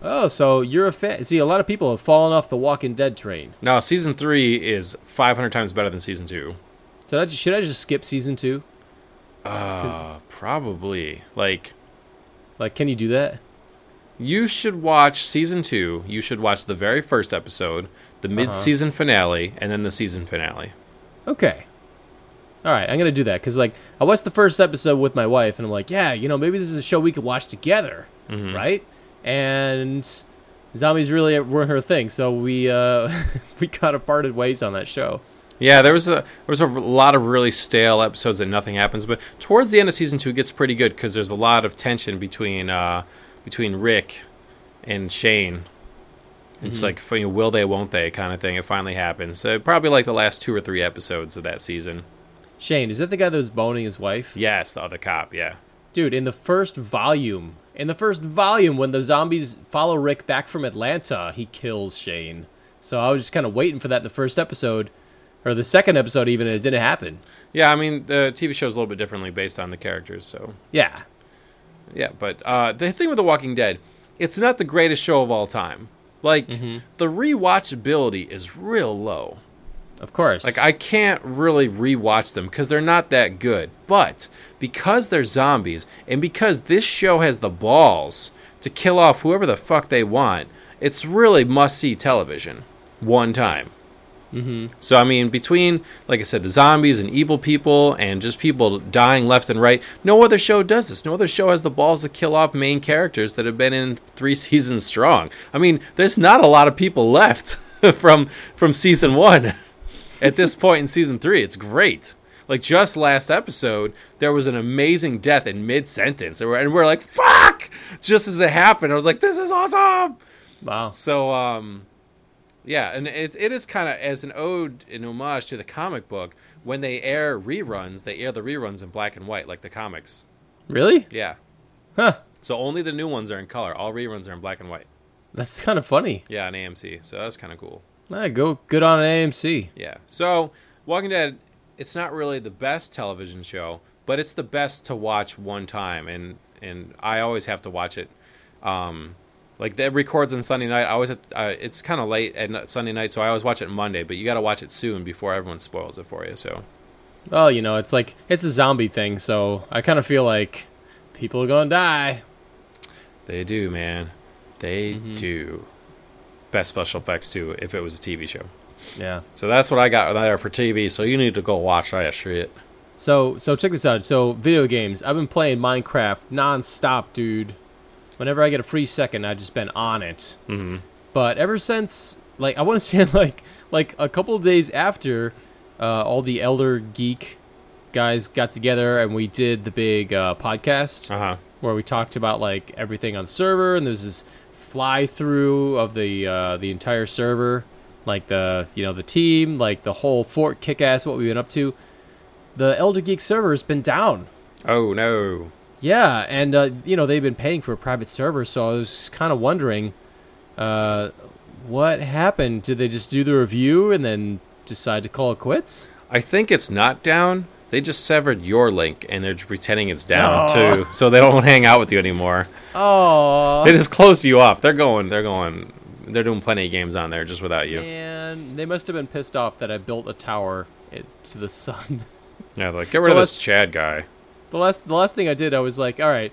A: Oh, so you're a fan. See, a lot of people have fallen off the Walking Dead train.
B: Now, season three is 500 times better than season two.
A: So that, should I just skip season two?
B: Uh, probably. Like,
A: Like, can you do that?
B: you should watch season two. You should watch the very first episode, the mid season finale, and then the season finale.
A: Okay. all right, I'm gonna do that because like I watched the first episode with my wife, and I'm like, yeah, you know, maybe this is a show we could watch together, right? And zombies really weren't her thing, so we uh, *laughs* we kind of parted ways on that show.
B: Yeah, there was a there was a lot of really stale episodes that nothing happens, but towards the end of season two it gets pretty good because there's a lot of tension between uh, between Rick and Shane. It's like for you know, will they, won't they kind of thing. It finally happens. So probably like the last two or three episodes of that season.
A: Shane, is that the guy that was boning his wife?
B: Yes, the other cop. Yeah,
A: Dude, in the first volume, in the first volume, when the zombies follow Rick back from Atlanta, he kills Shane. So I was just kind of waiting for that in the first episode, or the second episode, even, and it didn't happen.
B: yeah. I mean, the TV show's a little bit differently based on the characters, so
A: Yeah.
B: Yeah, but uh, the thing with The Walking Dead, it's not the greatest show of all time. Like the rewatchability is real low.
A: Of course.
B: Like I can't really rewatch them because they're not that good. But because they're zombies, and because this show has the balls to kill off whoever the fuck they want, it's really must see television. One time. So I mean, between like I said, the zombies and evil people, and just people dying left and right, no other show does this. No other show has the balls to kill off main characters that have been in three *laughs* seasons strong. I mean, there's not a lot of people left *laughs* from from season one. At this point in season three, it's great. Like just last episode, there was an amazing death in mid sentence, and we're, and we're like, "Fuck!" Just as it happened, I was like, "This is awesome."
A: wow.
B: So, um, yeah, and it, it is kind of as an ode and homage to the comic book. When they air reruns, they air the reruns in black and white, like the comics.
A: Really?
B: Yeah.
A: Huh.
B: So only the new ones are in color. All reruns are in black and white.
A: That's kind of funny.
B: Yeah, on AMC. So that's kind of cool.
A: Yeah, go good on AMC.
B: Yeah. So Walking Dead, it's not really the best television show, but it's the best to watch one time, and and I always have to watch it. Um, like that records on Sunday night. I always have, uh, it's kind of late at n- Sunday night, so I always watch it Monday. But you got to watch it soon before everyone spoils it for you. So
A: Well, you know, it's like it's a zombie thing, so I kind of feel like people are gonna die.
B: they do, man. They do. Best special effects too. If it was a TV show,
A: Yeah.
B: so that's what I got there for TV. So you need to go watch that shit.
A: So so check this out. So video games. I've been playing Minecraft nonstop, dude. Whenever I get a free second, I've just been on it. Mm-hmm. But ever since, like, I want to *laughs* say, like, like a couple of days after, uh, all the Elder Geek guys got together and we did the big uh, podcast
B: Uh huh.
A: where we talked about like everything on the server and there's this fly through of the uh, the entire server like the you know the team like the whole fort kick ass what we've been up to the elder geek server has been down
B: Oh no.
A: yeah and uh, you know they've been paying for a private server so i was kind of wondering uh, what happened did they just do the review and then decide to call it quits
B: I think it's not down. They just severed your link and they're pretending it's down too, so they don't hang out with you anymore.
A: oh
B: They just closed you off. They're going. They're going. They're doing plenty of games on there just without you.
A: and they must have been pissed off that i built a tower it, to the *laughs* sun
B: Yeah, they're like get rid of
A: Well,
B: this Chad guy.
A: the last the last thing I did, I was like, all right,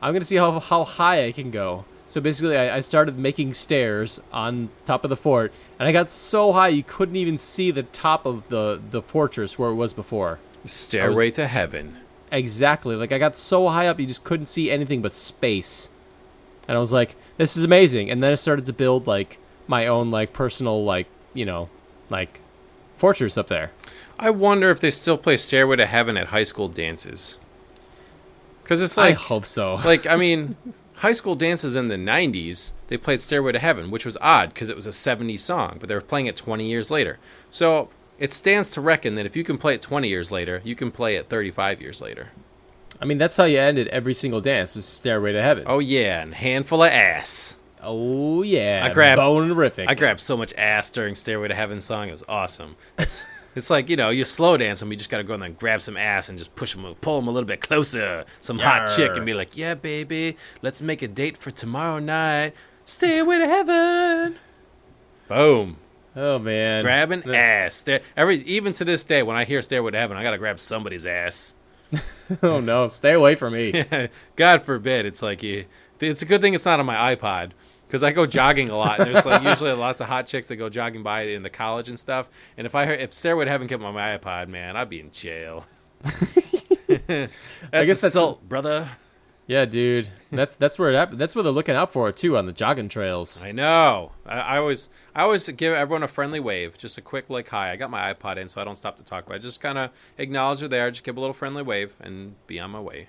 A: I'm gonna see how how high I can go. So basically, I, I started making stairs on top of the fort, and I got so high you couldn't even see the top of the the fortress where it was before.
B: Stairway to heaven.
A: Exactly, like I got so high up you just couldn't see anything but space. And I was like, this is amazing. And then I started to build like my own like personal like you know like fortress up there.
B: I wonder if they still play Stairway to Heaven at high school dances. Because it's
A: I
B: like
A: hope so.
B: like I mean, high school dances in the '90s they played "Stairway to Heaven," which was odd because it was a '70s song, but they were playing it 20 years later. So it stands to reckon that if you can play it 20 years later, you can play it 35 years later.
A: I mean, that's how you ended every single dance was Stairway to Heaven.
B: Oh yeah, and handful of ass.
A: Oh yeah,
B: I grabbed-
A: bonerific.
B: I grabbed so much ass during "Stairway to Heaven" song; it was awesome. It's it's like you know you slow dance them, you just gotta go in there and grab some ass and just push them, pull them a little bit closer. Some hot chick
A: Yarr.
B: and be like, "Yeah, baby, let's make a date for tomorrow night. Stairway to Heaven." Boom.
A: Oh man,
B: Grab an
A: The-
B: ass. Stair- Every even to this day, when I hear "Stairway to Heaven," I gotta grab somebody's ass.
A: *laughs* Oh
B: *laughs*
A: no, stay away from me.
B: eh, God forbid. It's like you. It's a good thing it's not on my iPod because I go jogging a lot. And there's like usually lots of hot chicks that go jogging by in the college and stuff. And if I heard, if Stairway to Heaven kept on my iPod, man, I'd be in jail. *laughs* that's I
A: guess
B: guess
A: that's-
B: assault, brother.
A: Yeah, dude. That's that's where it happened. That's where they're looking out for it too on the jogging trails.
B: I know. I, I always, I always give everyone a friendly wave, just a quick like hi. I got my iPod in, so I don't stop to talk, but I just kind of acknowledge her there, just give a little friendly wave, and be on my way.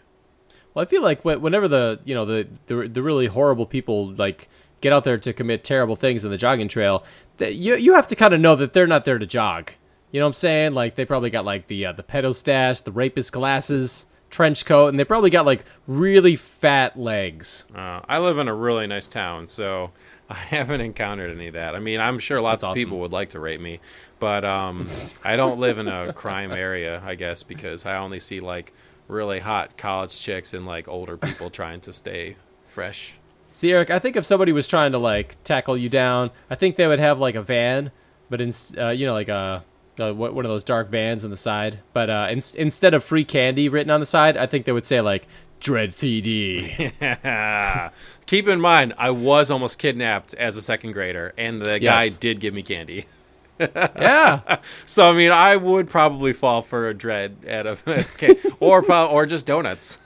A: Well, I feel like wh- whenever the you know the, the the really horrible people like get out there to commit terrible things on the jogging trail, that you you have to kind of know that they're not there to jog. You know what I'm saying? Like they probably got like the uh, the pedo stash, the rapist glasses, trench coat, and they probably got like really fat legs.
B: Uh, I live in a really nice town, so *laughs* I haven't encountered any of that. I mean, I'm sure lots
A: That's
B: of people
A: awesome.
B: would like to rape me,
A: *laughs*
B: but um, I don't live in a crime area, I guess, because I only see like really hot college chicks and like older people trying to stay fresh. *laughs*
A: See, Eric, I think if somebody was trying to like tackle you down, I think they would have like a van, but in uh, you know like a, a wh- one of those dark vans on the side. But uh, in, instead of free candy written on the side, I think they would say like Dread TD.
B: Keep in mind, I was almost kidnapped as a second grader, and the guy
A: Yes.
B: did give me candy. *laughs*
A: yeah,
B: So I mean, I would probably fall for a dread at a *laughs* okay, or pro- or just donuts.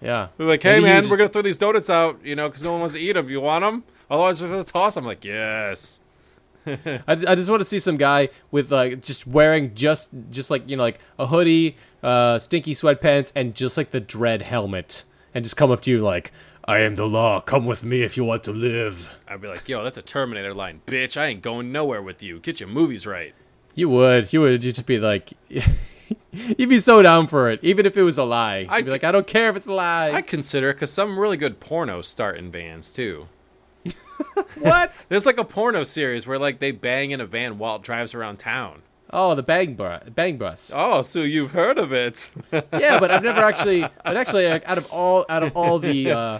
A: yeah.
B: They're like, hey
A: Maybe you
B: man,
A: just-
B: we're gonna throw these donuts out, you know, because no one wants to eat them. You want them? Otherwise, we're gonna toss them. Like, yes.
A: I, I just want to see some guy with like just wearing just just like you know like a hoodie, uh, stinky sweatpants, and just like the dread helmet, and just come up to you like, "I am the law. Come with me if you want to live."
B: I'd be like, yo, that's a Terminator line, bitch. I ain't going nowhere with you. Get your movies right.
A: You would. You would. You'd just be like, *laughs* you'd be so down for it, even if it was a lie. You'd
B: I'd-
A: be like, I don't care if it's a lie.
B: I'd consider it because some really good pornos start in vans too.
A: what?
B: There's like a porno series where like they bang in a van while it drives around town.
A: Oh, the bang bus. Bang bus.
B: Oh, *laughs* so you've heard of it?
A: Yeah, but I've never actually. But actually, like, out of all, out of all the. Uh,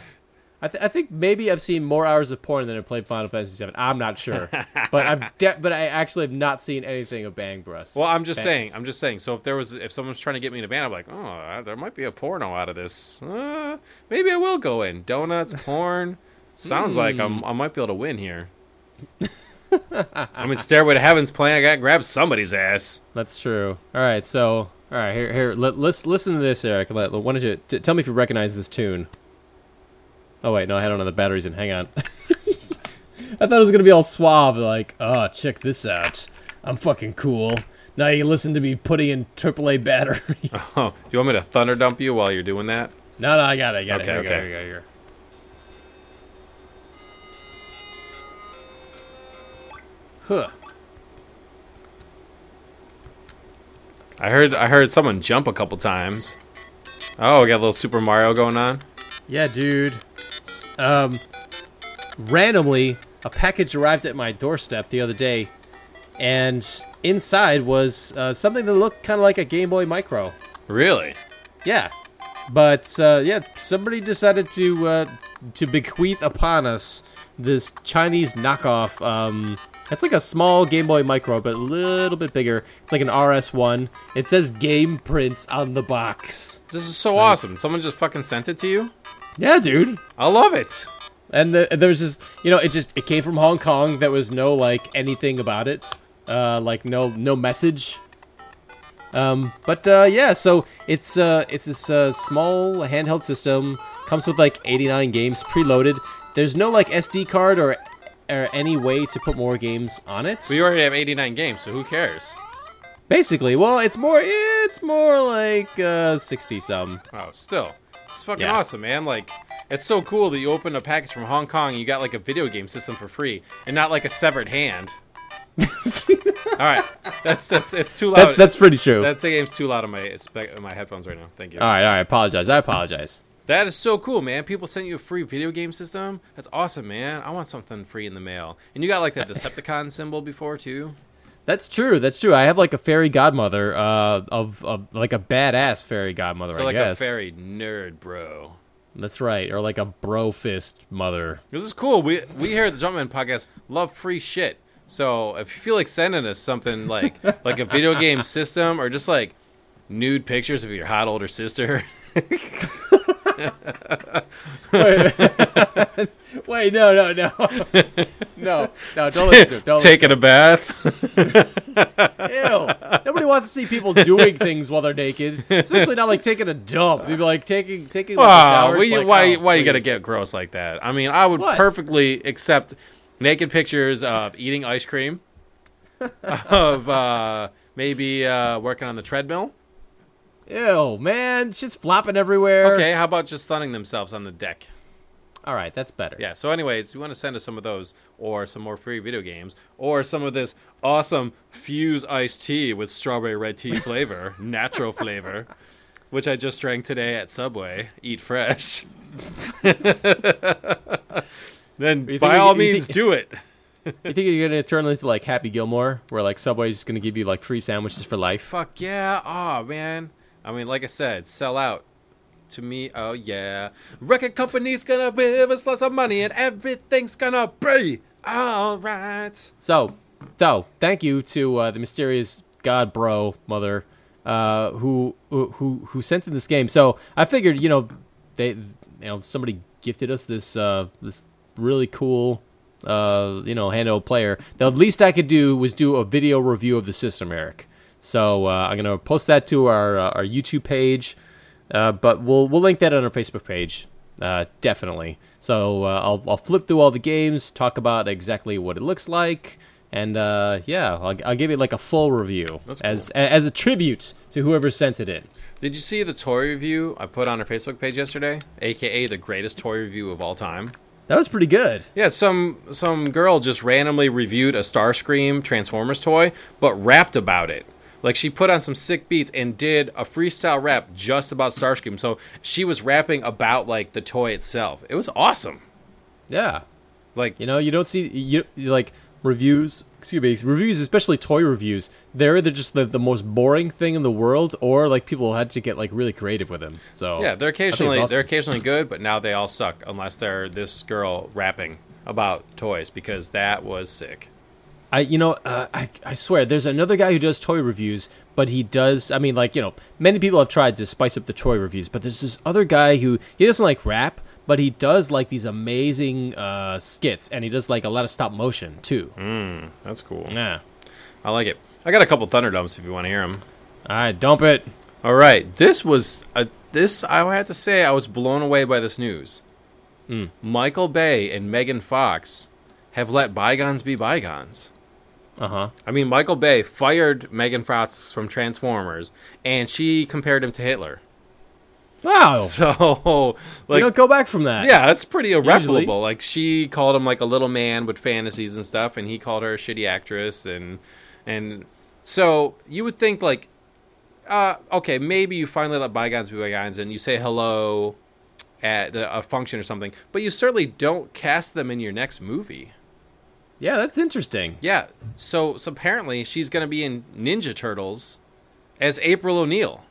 A: I, th- I think maybe I've seen more hours of porn than I played Final Fantasy VII. I'm not sure, but I've de- but I actually have not seen anything of Bang Bus.
B: well, I'm just saying. I'm just saying. So if there was, if someone's trying to get me in a van, I'm like, oh, I- there might be a porno out of this. Uh, maybe I will go in donuts, porn. Sounds like I'm, I might be able to win here. I mean, Stairway to Heaven's playing. I got to grab somebody's ass. *laughs*
A: That's true. All right, so all right, here here let, let's listen to this, Eric. Let, why don't you t- tell me if you recognize this tune? Oh wait, no, I had another batteries in. Hang on. *laughs* I thought it was gonna be all suave, like, oh, check this out. I'm fucking cool. Now you can listen to me putting in AAA batteries.
B: Oh, you want me to thunder dump you while you're doing that?
A: *laughs* no, no, I got it. I got
B: Okay,
A: it. Here we go,
B: okay.
A: here we go, here we go. Huh.
B: I heard, I heard someone jump a couple times. Oh, we got a little Super Mario going on.
A: Yeah, dude. Um, randomly, a package arrived at my doorstep the other day, and inside was uh, something that looked kind of like a Game Boy Micro.
B: Really?
A: Yeah, but uh, yeah, somebody decided to uh, to bequeath upon us this Chinese knockoff. Um, it's like a small Game Boy Micro, but a little bit bigger. It's like an RS1. It says Game Prints on the box.
B: This is so awesome. Someone just fucking sent it to you.
A: Yeah, dude.
B: I love it.
A: and the, there was just you know it just it came from hong kong there was no like anything about it uh like no no message um but uh yeah so it's uh it's this uh small handheld system comes with like 89 games preloaded there's no like sd card or or any way to put more games on it
B: We already have 89 games, so who cares?
A: basically well it's more it's more like uh 60 some
B: *laughs* Oh, still. It's fucking
A: Yeah.
B: awesome, man. Like, it's so cool that you open a package from Hong Kong and you got like a video game system for free and not like a severed hand. All right. That's that's it's too loud.
A: that's, that's Uh. pretty true
B: That's- the game's too loud on my spe- on my headphones right now. Thank you.
A: all right all right apologize i apologize
B: That is so cool, man. People send you a free video game system. That's awesome, man. I want something free in the mail. And you
A: *laughs*
B: got like that Decepticon symbol before too.
A: That's true. That's true. I have like a fairy godmother, uh, of, of like a badass fairy godmother.
B: So
A: I
B: like
A: guess.
B: a fairy nerd, bro.
A: That's right, or like a bro fist
B: *laughs*
A: mother. *laughs*
B: This is cool. We we here at the Jumpman Podcast love free shit. So if you feel like sending us something
A: *laughs*
B: like like a video game system or just like nude pictures of your hot older sister,
A: Wait, wait, no, no, no, *laughs* no, no!
B: *laughs*
A: Don't listen to it. Don't
B: Taking a bath.
A: Ew. Nobody wants to see people doing things while they're naked, especially not like taking a dump. Maybe like taking taking like, a
B: Wow,
A: shower.
B: Ah, why
A: It's like,
B: why,
A: oh,
B: why you gotta
A: please.
B: get gross like that? I mean, I would
A: What?
B: perfectly accept naked pictures of eating
A: *laughs*
B: ice cream, of uh, maybe uh, working on the treadmill.
A: Ew, man, shit's flopping everywhere.
B: Okay, how about just sunning themselves on the deck?
A: all right, that's better.
B: Yeah. So, anyways, you want to send us some of those, or some more free video games, or some of this awesome Fuse iced tea with strawberry red tea *laughs* flavor, natural flavor, which I just drank today at Subway. Eat fresh. *laughs* then,
A: You think we-
B: by all
A: you think-
B: means, do it.
A: You think you're gonna turn into like Happy Gilmore, where like Subway's just gonna give you like free sandwiches for life?
B: Fuck yeah! Aw, man. I mean, like I said, sell out. To me, oh yeah. Record company's gonna give us lots of money, and everything's gonna be all right.
A: So, so thank you to uh, the mysterious God Bro Mother, uh, who who who sent in this game. So I figured, you know, they, you know, somebody gifted us this uh, this really cool, uh, you know, handheld player. The least I could do was do a video review of the system, Eric. So uh, I'm gonna post that to our uh, our YouTube page, uh, but we'll we'll link that on our Facebook page, uh, definitely. So uh, I'll I'll flip through all the games, talk about exactly what it looks like, and uh, yeah, I'll, I'll give it like a full review
B: That's
A: as a- as a tribute to whoever sent it in.
B: Did you see the toy review I put on our Facebook page yesterday? AKA the greatest toy review of all time.
A: That was pretty good.
B: Yeah, some some girl just randomly reviewed a Starscream Transformers toy, but rapped about it. Like she put on some sick beats and did a freestyle rap just about Starscream. So she was rapping about like the toy itself. It was awesome.
A: Yeah,
B: Like
A: You know, you don't see you, you like reviews. Excuse me, reviews, especially toy reviews. They're either just the, the most boring thing in the world, or like people had to get like really creative with them. So
B: yeah, they're
A: I think it's
B: occasionally
A: awesome.
B: they're occasionally good, but now they all suck unless they're this girl rapping about toys because that was sick.
A: I you know uh, I I swear there's another guy who does toy reviews, but he does. I mean, like you know, many people have tried to spice up the toy reviews, but there's this other guy who he doesn't like rap, but he does like these amazing uh, skits, and he does like a lot of stop motion too.
B: Mm. That's cool.
A: Yeah,
B: I like it. I got a couple Thunderdumps if you want to hear them.
A: all right, dump it.
B: All right, this was a, this. I have to say, I was blown away by this news. Michael Bay and Megan Fox have let bygones be bygones.
A: Uh huh.
B: I mean, Michael Bay fired Megan Fox from Transformers, and she compared him to Hitler. *laughs*
A: Wow,
B: So,
A: you
B: like,
A: don't go back from that.
B: yeah, that's pretty irreparable.
A: Usually.
B: Like, she called him like a little man with fantasies and stuff, and he called her a shitty actress, and and so you would think like, uh, okay, maybe you finally let bygones be bygones, and you say hello at a a function or something, but you certainly don't cast them in your next movie.
A: yeah, that's interesting.
B: Yeah, so so apparently she's gonna be in Ninja Turtles as April O'Neil.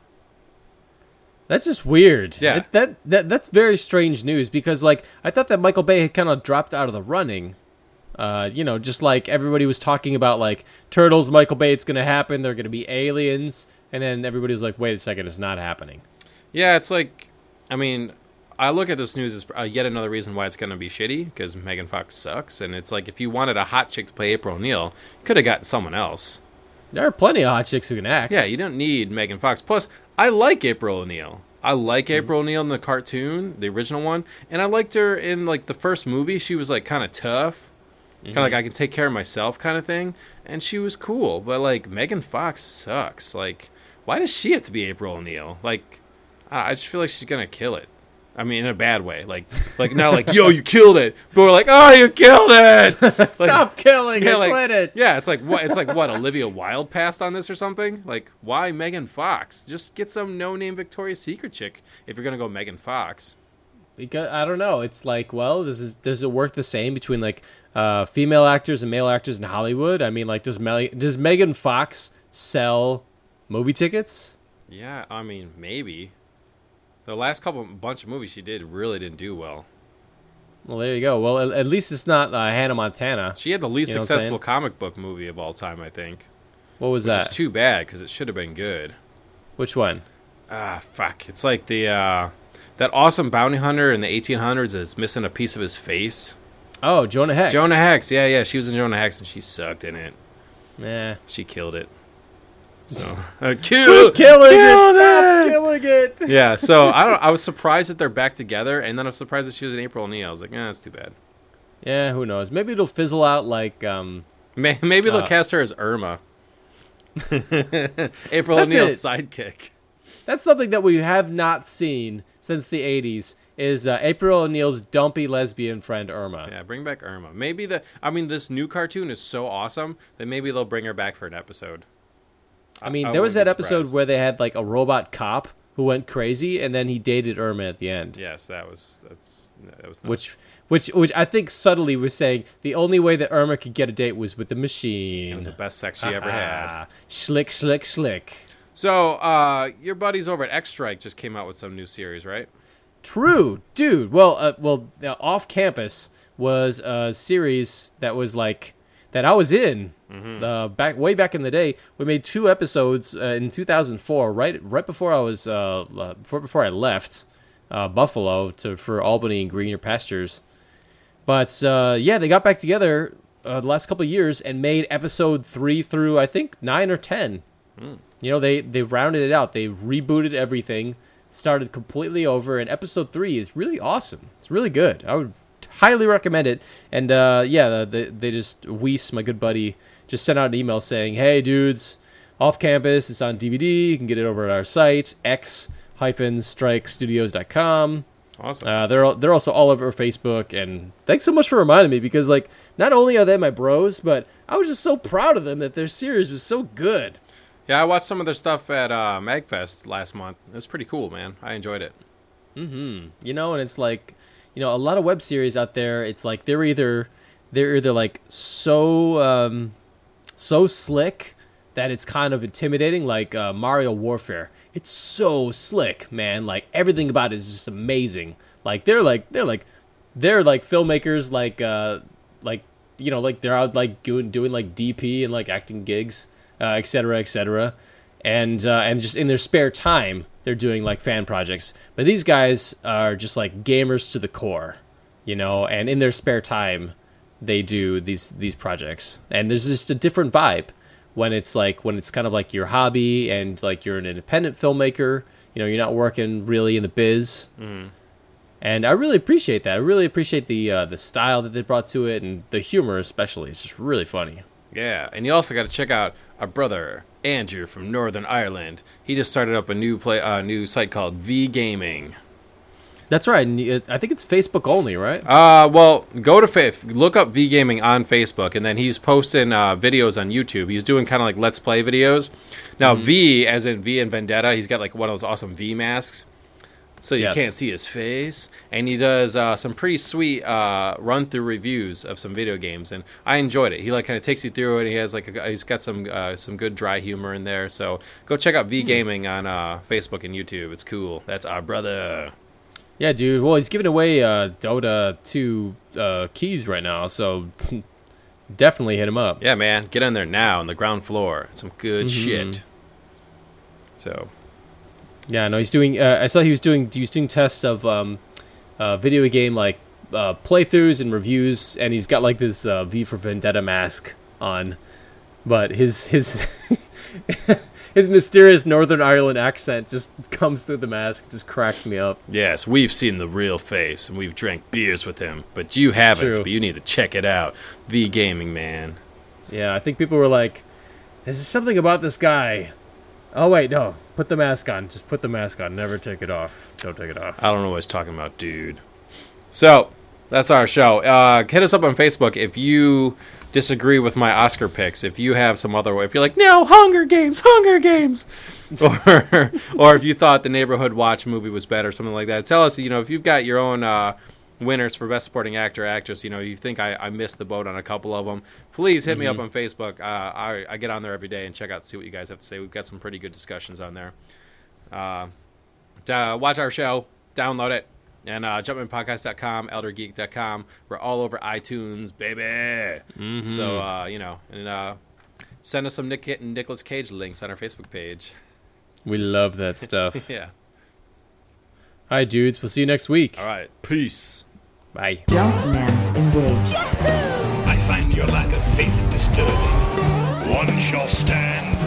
A: That's just weird.
B: Yeah.
A: That, that that that's very strange news because like I thought that Michael Bay had kind of dropped out of the running. Uh, you know, just like everybody was talking about like turtles, Michael Bay, it's gonna happen. They're gonna be aliens, and then everybody was like, "Wait a second, it's not happening."
B: Yeah, it's like, I mean, I look at this news as uh, yet another reason why it's going to be shitty because Megan Fox sucks. And it's like, if you wanted a hot chick to play April O'Neil, you could have gotten someone else.
A: There are plenty of hot chicks who can act.
B: *laughs* Yeah, you don't need Megan Fox. Plus, I like April O'Neil. I like April O'Neil in the cartoon, the original one, and I liked her in like the first movie. She was like kind of tough, kind of like I can take care of myself kind of thing, and she was cool. But like Megan Fox sucks. Like, why does she have to be April O'Neil? Like, I I just feel like she's gonna kill it. I mean, in a bad way. Like, like not like yo, you killed it, but we're like, oh, you killed it. Like,
A: Stop killing
B: yeah,
A: it.
B: like,
A: quit it.
B: yeah, it's like what it's like what Olivia Wilde passed on this or something? Like why Megan Fox? Just get some no-name Victoria's Secret chick if you're going to go Megan Fox.
A: Because I don't know. It's like, well, does is, does it work the same between like uh, female actors and male actors in Hollywood? I mean, like, does Mel- does Megan Fox sell movie tickets?
B: Yeah, I mean, maybe. The last couple bunch of movies she did really didn't do well.
A: Well, there you go. Well, at, at least it's not uh, Hannah Montana.
B: She had the least
A: You know what I'm
B: successful
A: saying? Uh.
B: comic book movie of all time, I think.
A: What was
B: Which
A: that?
B: is too bad cuz it should have been good.
A: Which one?
B: Ah, fuck. It's like the uh That awesome bounty hunter in the 1800s that's missing a piece of his face.
A: Oh, Jonah Hex.
B: Jonah Hex. Yeah, yeah. She was in Jonah Hex and she sucked in it.
A: Yeah.
B: She killed it. So uh, kill,
A: Killing
B: Kill
A: it. Stop
B: it!
A: killing it.
B: Yeah. So I don't. I was surprised that they're back together, and then I was surprised that she was in April O'Neil. I was like, eh, that's too bad.
A: Yeah, who knows? Maybe it'll fizzle out like um
B: May- Maybe they'll
A: Uh,
B: cast her as *laughs* Irma. April
A: That's
B: O'Neil's
A: it.
B: sidekick.
A: that's something that we have not seen since the 80s is uh, April O'Neil's dumpy lesbian friend Irma.
B: Yeah, bring back Irma. Maybe the. I mean, this new cartoon is so awesome that maybe they'll bring her back for an episode.
A: I mean,
B: I
A: there was that
B: wouldn't be
A: episode
B: surprised.
A: where they had like a robot cop who went crazy and then he dated Irma at the end.
B: Yes, that was that's that was nuts.
A: Which which which I think subtly was saying the only way that Irma could get a date was with the machine.
B: It was the best sex she ever had.
A: Ah, Slick, slick, slick.
B: So, uh, your buddies over at X Strike just came out with some new series, right?
A: True, dude. Well, uh, well, uh, off campus was a series that was like that I was in uh, back way back in the day. We made two episodes uh, in 2004, right right before I was uh, uh, before before I left uh, Buffalo to for Albany and greener pastures. But uh, yeah, they got back together uh, the last couple of years and made episode three through I think nine or ten. You know, they they rounded it out. They rebooted everything, started completely over, and episode three is really awesome. It's really good. I would highly recommend it. And uh, yeah, they, they just Weiss, my good buddy, just sent out an email saying, "Hey, dudes, off campus. It's on DVD. You can get it over at our site x hyphen strikestudios.com."
B: Awesome.
A: Uh, they're al- they're also all over Facebook, and thanks so much for reminding me because like not only are they my bros, but I was just so proud of them that their series was so good.
B: yeah, I watched some of their stuff at uh, Magfest last month. It was pretty cool, man. I enjoyed it.
A: you know and it's like you know a lot of web series out there it's like they're either they're either like so um so slick that it's kind of intimidating like uh, mario warfare it's so slick man like everything about it is just amazing like they're like they're like they're like filmmakers like uh like you know like they're out like doing doing like dp and like acting gigs uh etc cetera, etc cetera. and uh and just in their spare time they're doing like fan projects but these guys are just like gamers to the core you know and in their spare time they do these these projects and there's just a different vibe when it's like when it's kind of like your hobby and like you're an independent filmmaker you know you're not working really in the biz and I really appreciate that. I really appreciate the uh, the style that they brought to it and the humor, especially. It's just really funny.
B: Yeah, and you also got to check out our brother Andrew from Northern Ireland. He just started up a new play, uh, new site called V Gaming.
A: That's right. And it- I think it's Facebook only, right?
B: Uh, well, go to fa- look up V Gaming on Facebook, and then he's posting uh, videos on YouTube. He's doing kind of like Let's Play videos. Now V, as in V and Vendetta, he's got like one of those awesome V masks, so you
A: Yes.
B: can't see his face, and he does uh, some pretty sweet uh, run through reviews of some video games, and I enjoyed it. He like kind of takes you through it. And he has like a, he's got some uh, some good dry humor in there. So go check out V Gaming on uh, Facebook and YouTube. It's cool. That's our brother.
A: Yeah, dude. Well, he's giving away uh, Dota 2 uh, keys right now, so *laughs* definitely hit him up.
B: Yeah, man, get on there now on the ground floor. Some good shit. So
A: Yeah, no, he's doing. Uh, I saw he was doing. He was doing tests of um, uh, video game like uh, playthroughs and reviews, and he's got like this uh, V for Vendetta mask on, but his his *laughs* his mysterious Northern Ireland accent just *laughs* comes through the mask, just cracks me up.
B: yes, we've seen the real face and we've drank beers with him, but you haven't.
A: True.
B: But you need to check it out. V Gaming, man.
A: Yeah, I think people were like, "There's something about this guy." Oh wait, no, put the mask on. Just put the mask on. Never take it off. Don't take it off.
B: I don't know what he's talking about, dude. So that's our show. Uh, hit us up on Facebook if you disagree with my Oscar picks. If you have some other way, if you're like, no, Hunger Games, Hunger Games, *laughs* or or if you thought the Neighborhood Watch movie was better, something like that. Tell us, you know, if you've got your own. Uh, Winners for best supporting actor, actress. You know, you think I, I missed the boat on a couple of them. Please hit me up on Facebook. Uh, I, I get on there every day and check out, see what you guys have to say. We've got some pretty good discussions on there uh, watch our show, download it, and uh, jumpinpodcast.com, eldergeek.com. We're all over iTunes, baby. So, uh, you know, and uh, send us some Nick and Nicolas *laughs* Cage links on our Facebook page.
A: We love that stuff.
B: Yeah.
A: All right, dudes. We'll see you next week.
B: All right. Peace.
A: Bye.
C: Jumpman engaged.
D: I find your lack of faith disturbing.
E: One shall stand